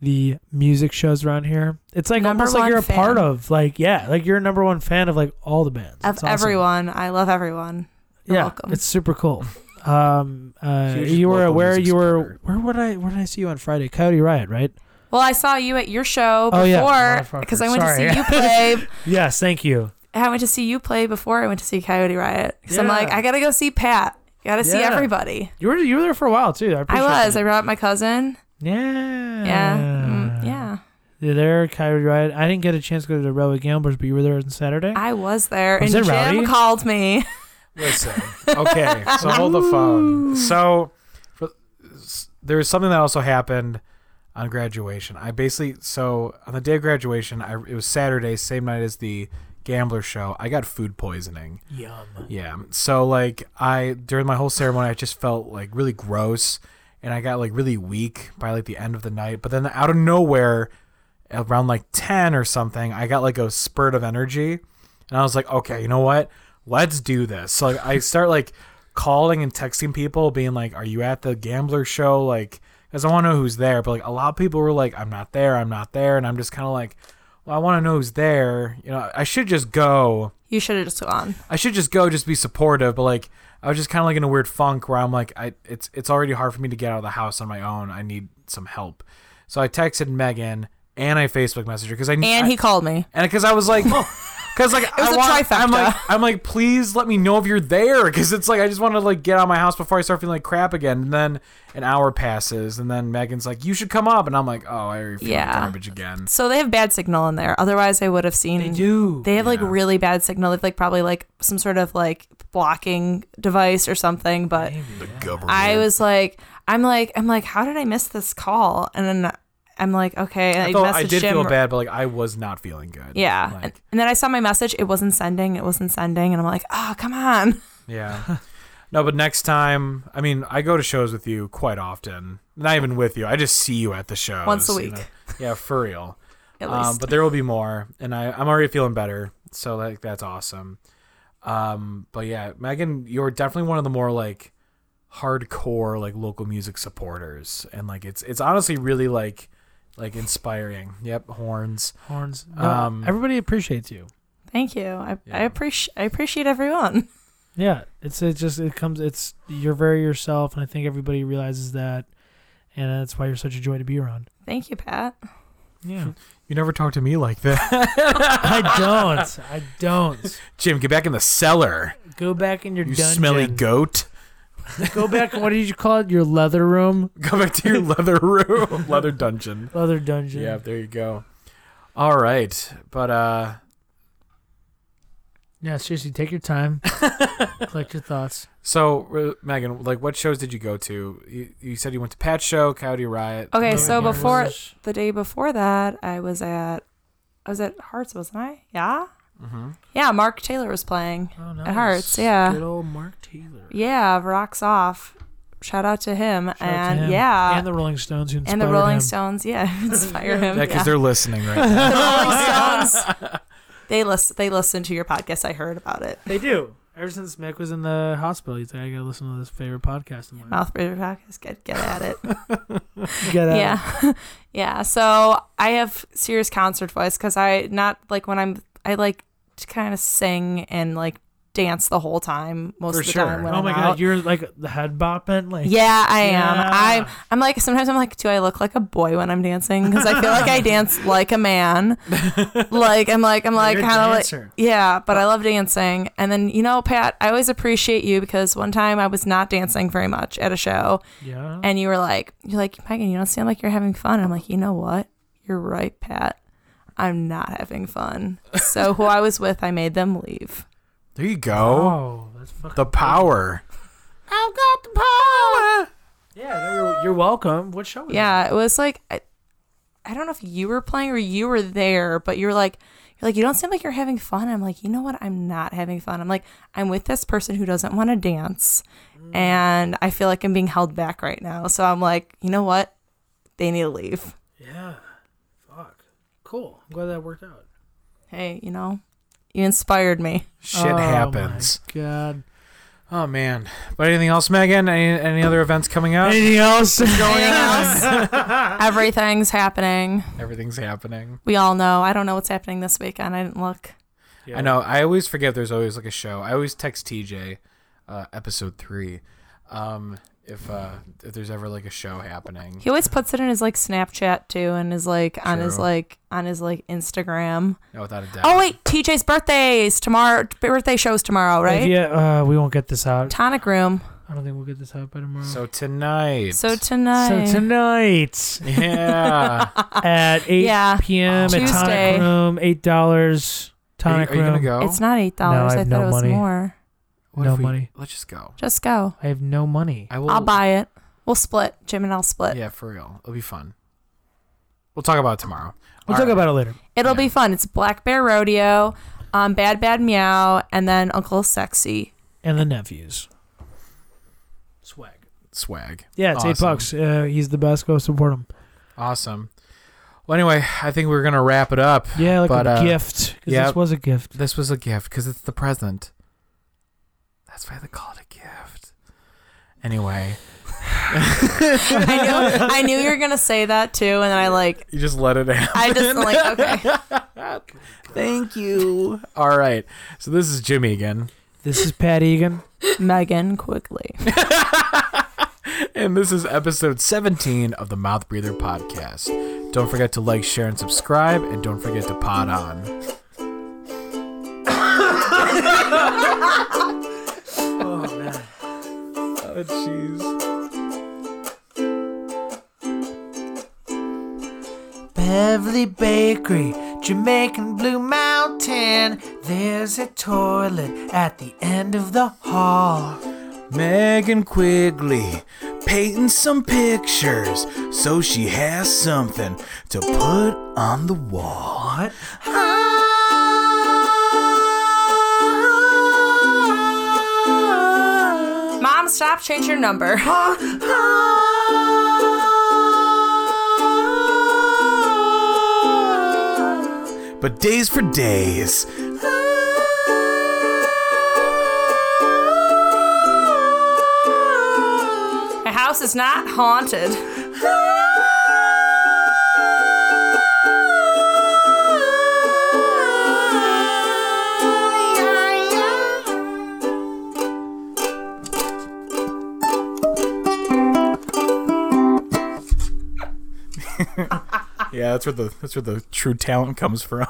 [SPEAKER 2] the music shows around here. It's like
[SPEAKER 4] Number
[SPEAKER 2] almost like
[SPEAKER 4] one
[SPEAKER 2] you're a
[SPEAKER 4] fan.
[SPEAKER 2] part of like yeah, like you're a number one fan of like all the bands
[SPEAKER 4] Of
[SPEAKER 2] It's awesome.
[SPEAKER 4] everyone, I love everyone. You're
[SPEAKER 2] yeah,
[SPEAKER 4] welcome.
[SPEAKER 2] it's super cool. Um, uh,
[SPEAKER 3] Huge
[SPEAKER 2] you were
[SPEAKER 3] local
[SPEAKER 2] where
[SPEAKER 3] music
[SPEAKER 2] you were
[SPEAKER 3] supporter.
[SPEAKER 2] where would I where did I see you on Friday? Coyote Riot, right?
[SPEAKER 4] Well, I saw you at your show
[SPEAKER 2] Oh, yeah.
[SPEAKER 4] before because I went
[SPEAKER 2] Motherfucker.
[SPEAKER 4] to see
[SPEAKER 2] Sorry.
[SPEAKER 4] you play.
[SPEAKER 2] Yes, thank you.
[SPEAKER 4] I went to see you play before I went to see Coyote Riot because I'm
[SPEAKER 2] Yeah.
[SPEAKER 4] like, I gotta go see Pat. Gotta see
[SPEAKER 2] Yeah.
[SPEAKER 4] everybody.
[SPEAKER 2] You were you were there for a while too. I,
[SPEAKER 4] I
[SPEAKER 2] appreciate
[SPEAKER 4] was. I
[SPEAKER 2] That.
[SPEAKER 4] brought my cousin.
[SPEAKER 2] yeah.
[SPEAKER 4] Yeah. Mm, yeah.
[SPEAKER 2] You're there, Coyote Riot. I didn't get a chance to go to the Railway Gamblers, but you were there on Saturday.
[SPEAKER 4] I was there,
[SPEAKER 2] Was
[SPEAKER 4] and
[SPEAKER 2] it
[SPEAKER 4] Jim
[SPEAKER 2] rowdy?
[SPEAKER 4] called me.
[SPEAKER 3] Listen. Okay. So hold the phone. So for, s- there was something that also happened on graduation. I basically so on the day of graduation, I it was Saturday, same night as the gambler show. I got food poisoning.
[SPEAKER 2] Yum.
[SPEAKER 3] Yeah. um, So like I during my whole ceremony, I just felt like really gross, and I got like really weak by like the end of the night. But then out of nowhere, around like ten or something, I got like a spurt of energy, and I was like, okay, you know what? Let's do this. So like I start like calling and texting people, being like, are you at the gambler show? Like, because I want to know who's there. But like a lot of people were like, I'm not there. I'm not there. And I'm just kind of like. Well, I want to know who's there. You know, I should just go.
[SPEAKER 4] You should have just gone.
[SPEAKER 3] I should just go, just be supportive. But like, I was just kind of like in a weird funk where I'm like, I it's it's already hard for me to get out of the house on my own. I need some help. So I texted Megan and I Facebook messaged her because I
[SPEAKER 4] And
[SPEAKER 3] I,
[SPEAKER 4] he called me.
[SPEAKER 3] and because I was like, because like
[SPEAKER 4] was
[SPEAKER 3] I
[SPEAKER 4] a
[SPEAKER 3] want, I'm
[SPEAKER 4] trifecta.
[SPEAKER 3] like, I'm like, please let me know if you're there, because it's like I just want to like get out of my house before I start feeling like crap again. And then an hour passes, and then Megan's like, you should come up, and I'm like, oh, I already feel like
[SPEAKER 4] Yeah.
[SPEAKER 3] garbage again.
[SPEAKER 4] So they have bad signal in there. Otherwise, I would have seen.
[SPEAKER 2] They do.
[SPEAKER 4] They have like
[SPEAKER 3] Yeah.
[SPEAKER 4] really bad signal. They've like probably like some sort of like blocking device or something. But
[SPEAKER 3] Government.
[SPEAKER 4] I was like, I'm like, I'm like, how did I miss this call? And then I'm like, okay. And I,
[SPEAKER 3] I, thought,
[SPEAKER 4] messaged
[SPEAKER 3] I did
[SPEAKER 4] him.
[SPEAKER 3] feel bad, but like I was not feeling good.
[SPEAKER 4] Yeah.
[SPEAKER 3] Like-
[SPEAKER 4] and, and then I saw my message. It wasn't sending. It wasn't sending. And I'm like, oh, come on.
[SPEAKER 3] Yeah. No, but next time, I mean, I go to shows with you quite often. Not even with you. I just see you at the shows
[SPEAKER 4] Once a
[SPEAKER 3] you
[SPEAKER 4] week.
[SPEAKER 3] know? Yeah, for real.
[SPEAKER 4] At
[SPEAKER 3] um,
[SPEAKER 4] least.
[SPEAKER 3] but there will be more, and I, I'm already feeling better. So like that's awesome. Um, but yeah, Megan, you're definitely one of the more like hardcore like local music supporters, and like it's it's honestly really like like inspiring. Yep, horns.
[SPEAKER 2] Horns. No,
[SPEAKER 3] Um,
[SPEAKER 2] everybody appreciates you.
[SPEAKER 4] Thank you. I, I
[SPEAKER 3] Yeah.
[SPEAKER 4] appreciate I appreciate everyone.
[SPEAKER 2] Yeah, it's it just it comes it's you're very yourself, and I think everybody realizes that, and that's why you're such a joy to be around.
[SPEAKER 4] Thank you, Pat.
[SPEAKER 2] Yeah,
[SPEAKER 3] You never talk to me like that,
[SPEAKER 2] I don't, I don't.
[SPEAKER 3] Jim. Get back in the cellar,
[SPEAKER 2] Go back in your
[SPEAKER 3] you
[SPEAKER 2] dungeon.
[SPEAKER 3] smelly goat.
[SPEAKER 2] Go back. What did you call it? Your leather room,
[SPEAKER 3] Go back to your leather room, leather dungeon.
[SPEAKER 2] leather dungeon.
[SPEAKER 3] Yeah, there you go. All right, but uh,
[SPEAKER 2] Yeah. Seriously, take your time. Collect your thoughts.
[SPEAKER 3] so uh, Megan, like, what shows did you go to? You, you said you went to Pat Show, Coyote Riot.
[SPEAKER 4] Okay,
[SPEAKER 2] Leather
[SPEAKER 4] so before
[SPEAKER 2] gamblers.
[SPEAKER 4] the day before that, I was at I was at Hearts, wasn't I? Yeah.
[SPEAKER 3] Mm-hmm.
[SPEAKER 4] Yeah, Mark Taylor was playing.
[SPEAKER 2] Oh,
[SPEAKER 4] It hurts, yeah.
[SPEAKER 2] Good old Mark Taylor.
[SPEAKER 4] Yeah, Rocks Off. Shout out to him.
[SPEAKER 2] Shout out to
[SPEAKER 4] and
[SPEAKER 2] him.
[SPEAKER 4] yeah.
[SPEAKER 2] and the Rolling Stones who
[SPEAKER 4] and the
[SPEAKER 2] inspired
[SPEAKER 4] Rolling
[SPEAKER 2] him.
[SPEAKER 4] Stones, yeah, inspire him.
[SPEAKER 3] Yeah, because
[SPEAKER 4] yeah.
[SPEAKER 3] they're listening right now.
[SPEAKER 4] The Rolling Stones. They listen they listen to your podcast. I heard about it.
[SPEAKER 2] They do. Ever since Mick was in the hospital, he's like, I gotta listen to this favorite podcast. I'm like,
[SPEAKER 4] Mouth breather podcast. Get get at it.
[SPEAKER 2] get out.
[SPEAKER 4] Oh, yeah yeah so i have serious concert voice because i not like when i'm i like to kind of sing and like dance the whole time most
[SPEAKER 3] For
[SPEAKER 4] of the
[SPEAKER 3] sure.
[SPEAKER 4] time when
[SPEAKER 2] Oh
[SPEAKER 4] i'm
[SPEAKER 2] my
[SPEAKER 4] out
[SPEAKER 2] god, you're like the head bopping. Like,
[SPEAKER 4] yeah i am
[SPEAKER 2] Yeah.
[SPEAKER 4] i'm i'm like sometimes i'm like do i look like a boy when i'm dancing because i feel like i dance like a man like i'm like i'm like
[SPEAKER 2] You're a
[SPEAKER 4] kind of like
[SPEAKER 2] dancer.
[SPEAKER 4] yeah but i love dancing and then you know pat i always appreciate you because one time i was not dancing very much at a show
[SPEAKER 2] yeah.
[SPEAKER 4] and you were like, you're like, Megan, you don't seem like you're having fun. I'm like, you know what? You're right, Pat. I'm not having fun. So who I was with, I made them leave.
[SPEAKER 3] There you go.
[SPEAKER 2] Oh, that's fucking
[SPEAKER 3] Oh, The power. I've got the power.
[SPEAKER 2] Yeah, no, you're, you're welcome. What show? Was
[SPEAKER 4] Yeah, it was like, I, I don't know if you were playing or you were there, but you're like, you're like, you don't seem like you're having fun. I'm like, you know what? I'm not having fun. I'm like, I'm with this person who doesn't want to dance, and I feel like I'm being held back right now. So I'm like, you know what? They need to leave.
[SPEAKER 2] it? Yeah. Fuck. Cool. I'm glad that worked out.
[SPEAKER 4] Hey, you know, you inspired me.
[SPEAKER 3] Shit
[SPEAKER 2] Oh,
[SPEAKER 3] happens.
[SPEAKER 2] My god.
[SPEAKER 3] Oh man. But anything else, Megan? Any, any other events coming up?
[SPEAKER 2] Anything else? Uh,
[SPEAKER 4] Everything's happening.
[SPEAKER 3] Everything's happening.
[SPEAKER 4] We all know. I don't know what's happening this weekend. I didn't look.
[SPEAKER 2] Yeah.
[SPEAKER 3] I know. I always forget there's always like a show. I always text TJ, uh, episode three, um, if uh if there's ever like a show happening.
[SPEAKER 4] He always puts it in his like Snapchat too, and is like on his
[SPEAKER 3] True.
[SPEAKER 4] like on his like Instagram.
[SPEAKER 3] No, without a doubt.
[SPEAKER 4] Oh wait, TJ's birthday is tomorrow. Birthday show's tomorrow, right?
[SPEAKER 2] Yeah, uh, we won't get this out.
[SPEAKER 4] Tonic Room.
[SPEAKER 2] I don't think we'll get this out by tomorrow.
[SPEAKER 3] So tonight.
[SPEAKER 4] So tonight.
[SPEAKER 2] So tonight
[SPEAKER 3] yeah.
[SPEAKER 2] at 8
[SPEAKER 4] Uh, Yeah.
[SPEAKER 2] p.m. at
[SPEAKER 4] Tuesday.
[SPEAKER 2] Tonic Room, $8.
[SPEAKER 3] Are you,
[SPEAKER 2] Tonic
[SPEAKER 3] are you gonna
[SPEAKER 2] Room.
[SPEAKER 3] go?
[SPEAKER 4] it's not eight
[SPEAKER 2] No, I
[SPEAKER 4] dollars. I
[SPEAKER 2] have
[SPEAKER 4] thought
[SPEAKER 2] no
[SPEAKER 4] it was
[SPEAKER 2] money.
[SPEAKER 4] more.
[SPEAKER 3] What
[SPEAKER 2] no
[SPEAKER 3] if we-
[SPEAKER 2] money.
[SPEAKER 3] Let's just go.
[SPEAKER 4] Just go.
[SPEAKER 2] I have no money.
[SPEAKER 3] I will.
[SPEAKER 4] I'll buy it. We'll split. Jim and I'll split.
[SPEAKER 3] Yeah, for real. It'll be fun. We'll talk about it tomorrow.
[SPEAKER 2] We'll
[SPEAKER 3] All
[SPEAKER 2] talk
[SPEAKER 3] right.
[SPEAKER 2] about it later.
[SPEAKER 4] It'll
[SPEAKER 3] Yeah.
[SPEAKER 4] be fun. It's Black Bear Rodeo, um, Bad Bad Meow, and then Uncle Sexy.
[SPEAKER 2] And the nephews. Swag.
[SPEAKER 3] swag.
[SPEAKER 2] Yeah, it's eight
[SPEAKER 3] Awesome.
[SPEAKER 2] bucks. Uh, he's the best. Go support him.
[SPEAKER 3] Awesome. Well, anyway, I think we're gonna wrap it up.
[SPEAKER 2] Yeah, like
[SPEAKER 3] But,
[SPEAKER 2] a
[SPEAKER 3] uh,
[SPEAKER 2] gift. Because
[SPEAKER 3] yeah.
[SPEAKER 2] this was a gift.
[SPEAKER 3] This was a gift because it's the present. That's why they call it a gift. Anyway,
[SPEAKER 4] I knew, I knew you were gonna say that too, and then I like,
[SPEAKER 3] you just let it out.
[SPEAKER 4] I just like, okay,
[SPEAKER 3] Thank you. All right. So this is Jimmy again,
[SPEAKER 2] This is Pat Egan.
[SPEAKER 4] Megan quickly.
[SPEAKER 3] and this is episode 17 of the Mouth Breather podcast. Don't forget to like, share, and subscribe, and don't forget to pod on.
[SPEAKER 2] Oh, man.
[SPEAKER 3] Oh, jeez.
[SPEAKER 2] Beverly Bakery, Jamaican Blue Mountain. There's a toilet at the end of the hall.
[SPEAKER 3] Megan Quigley painting some pictures so she has something to put on the wall.
[SPEAKER 2] What?
[SPEAKER 4] Mom, stop. Change your number.
[SPEAKER 3] But days for days.
[SPEAKER 4] My house is not haunted.
[SPEAKER 3] Yeah, that's where the that's where the true talent comes from.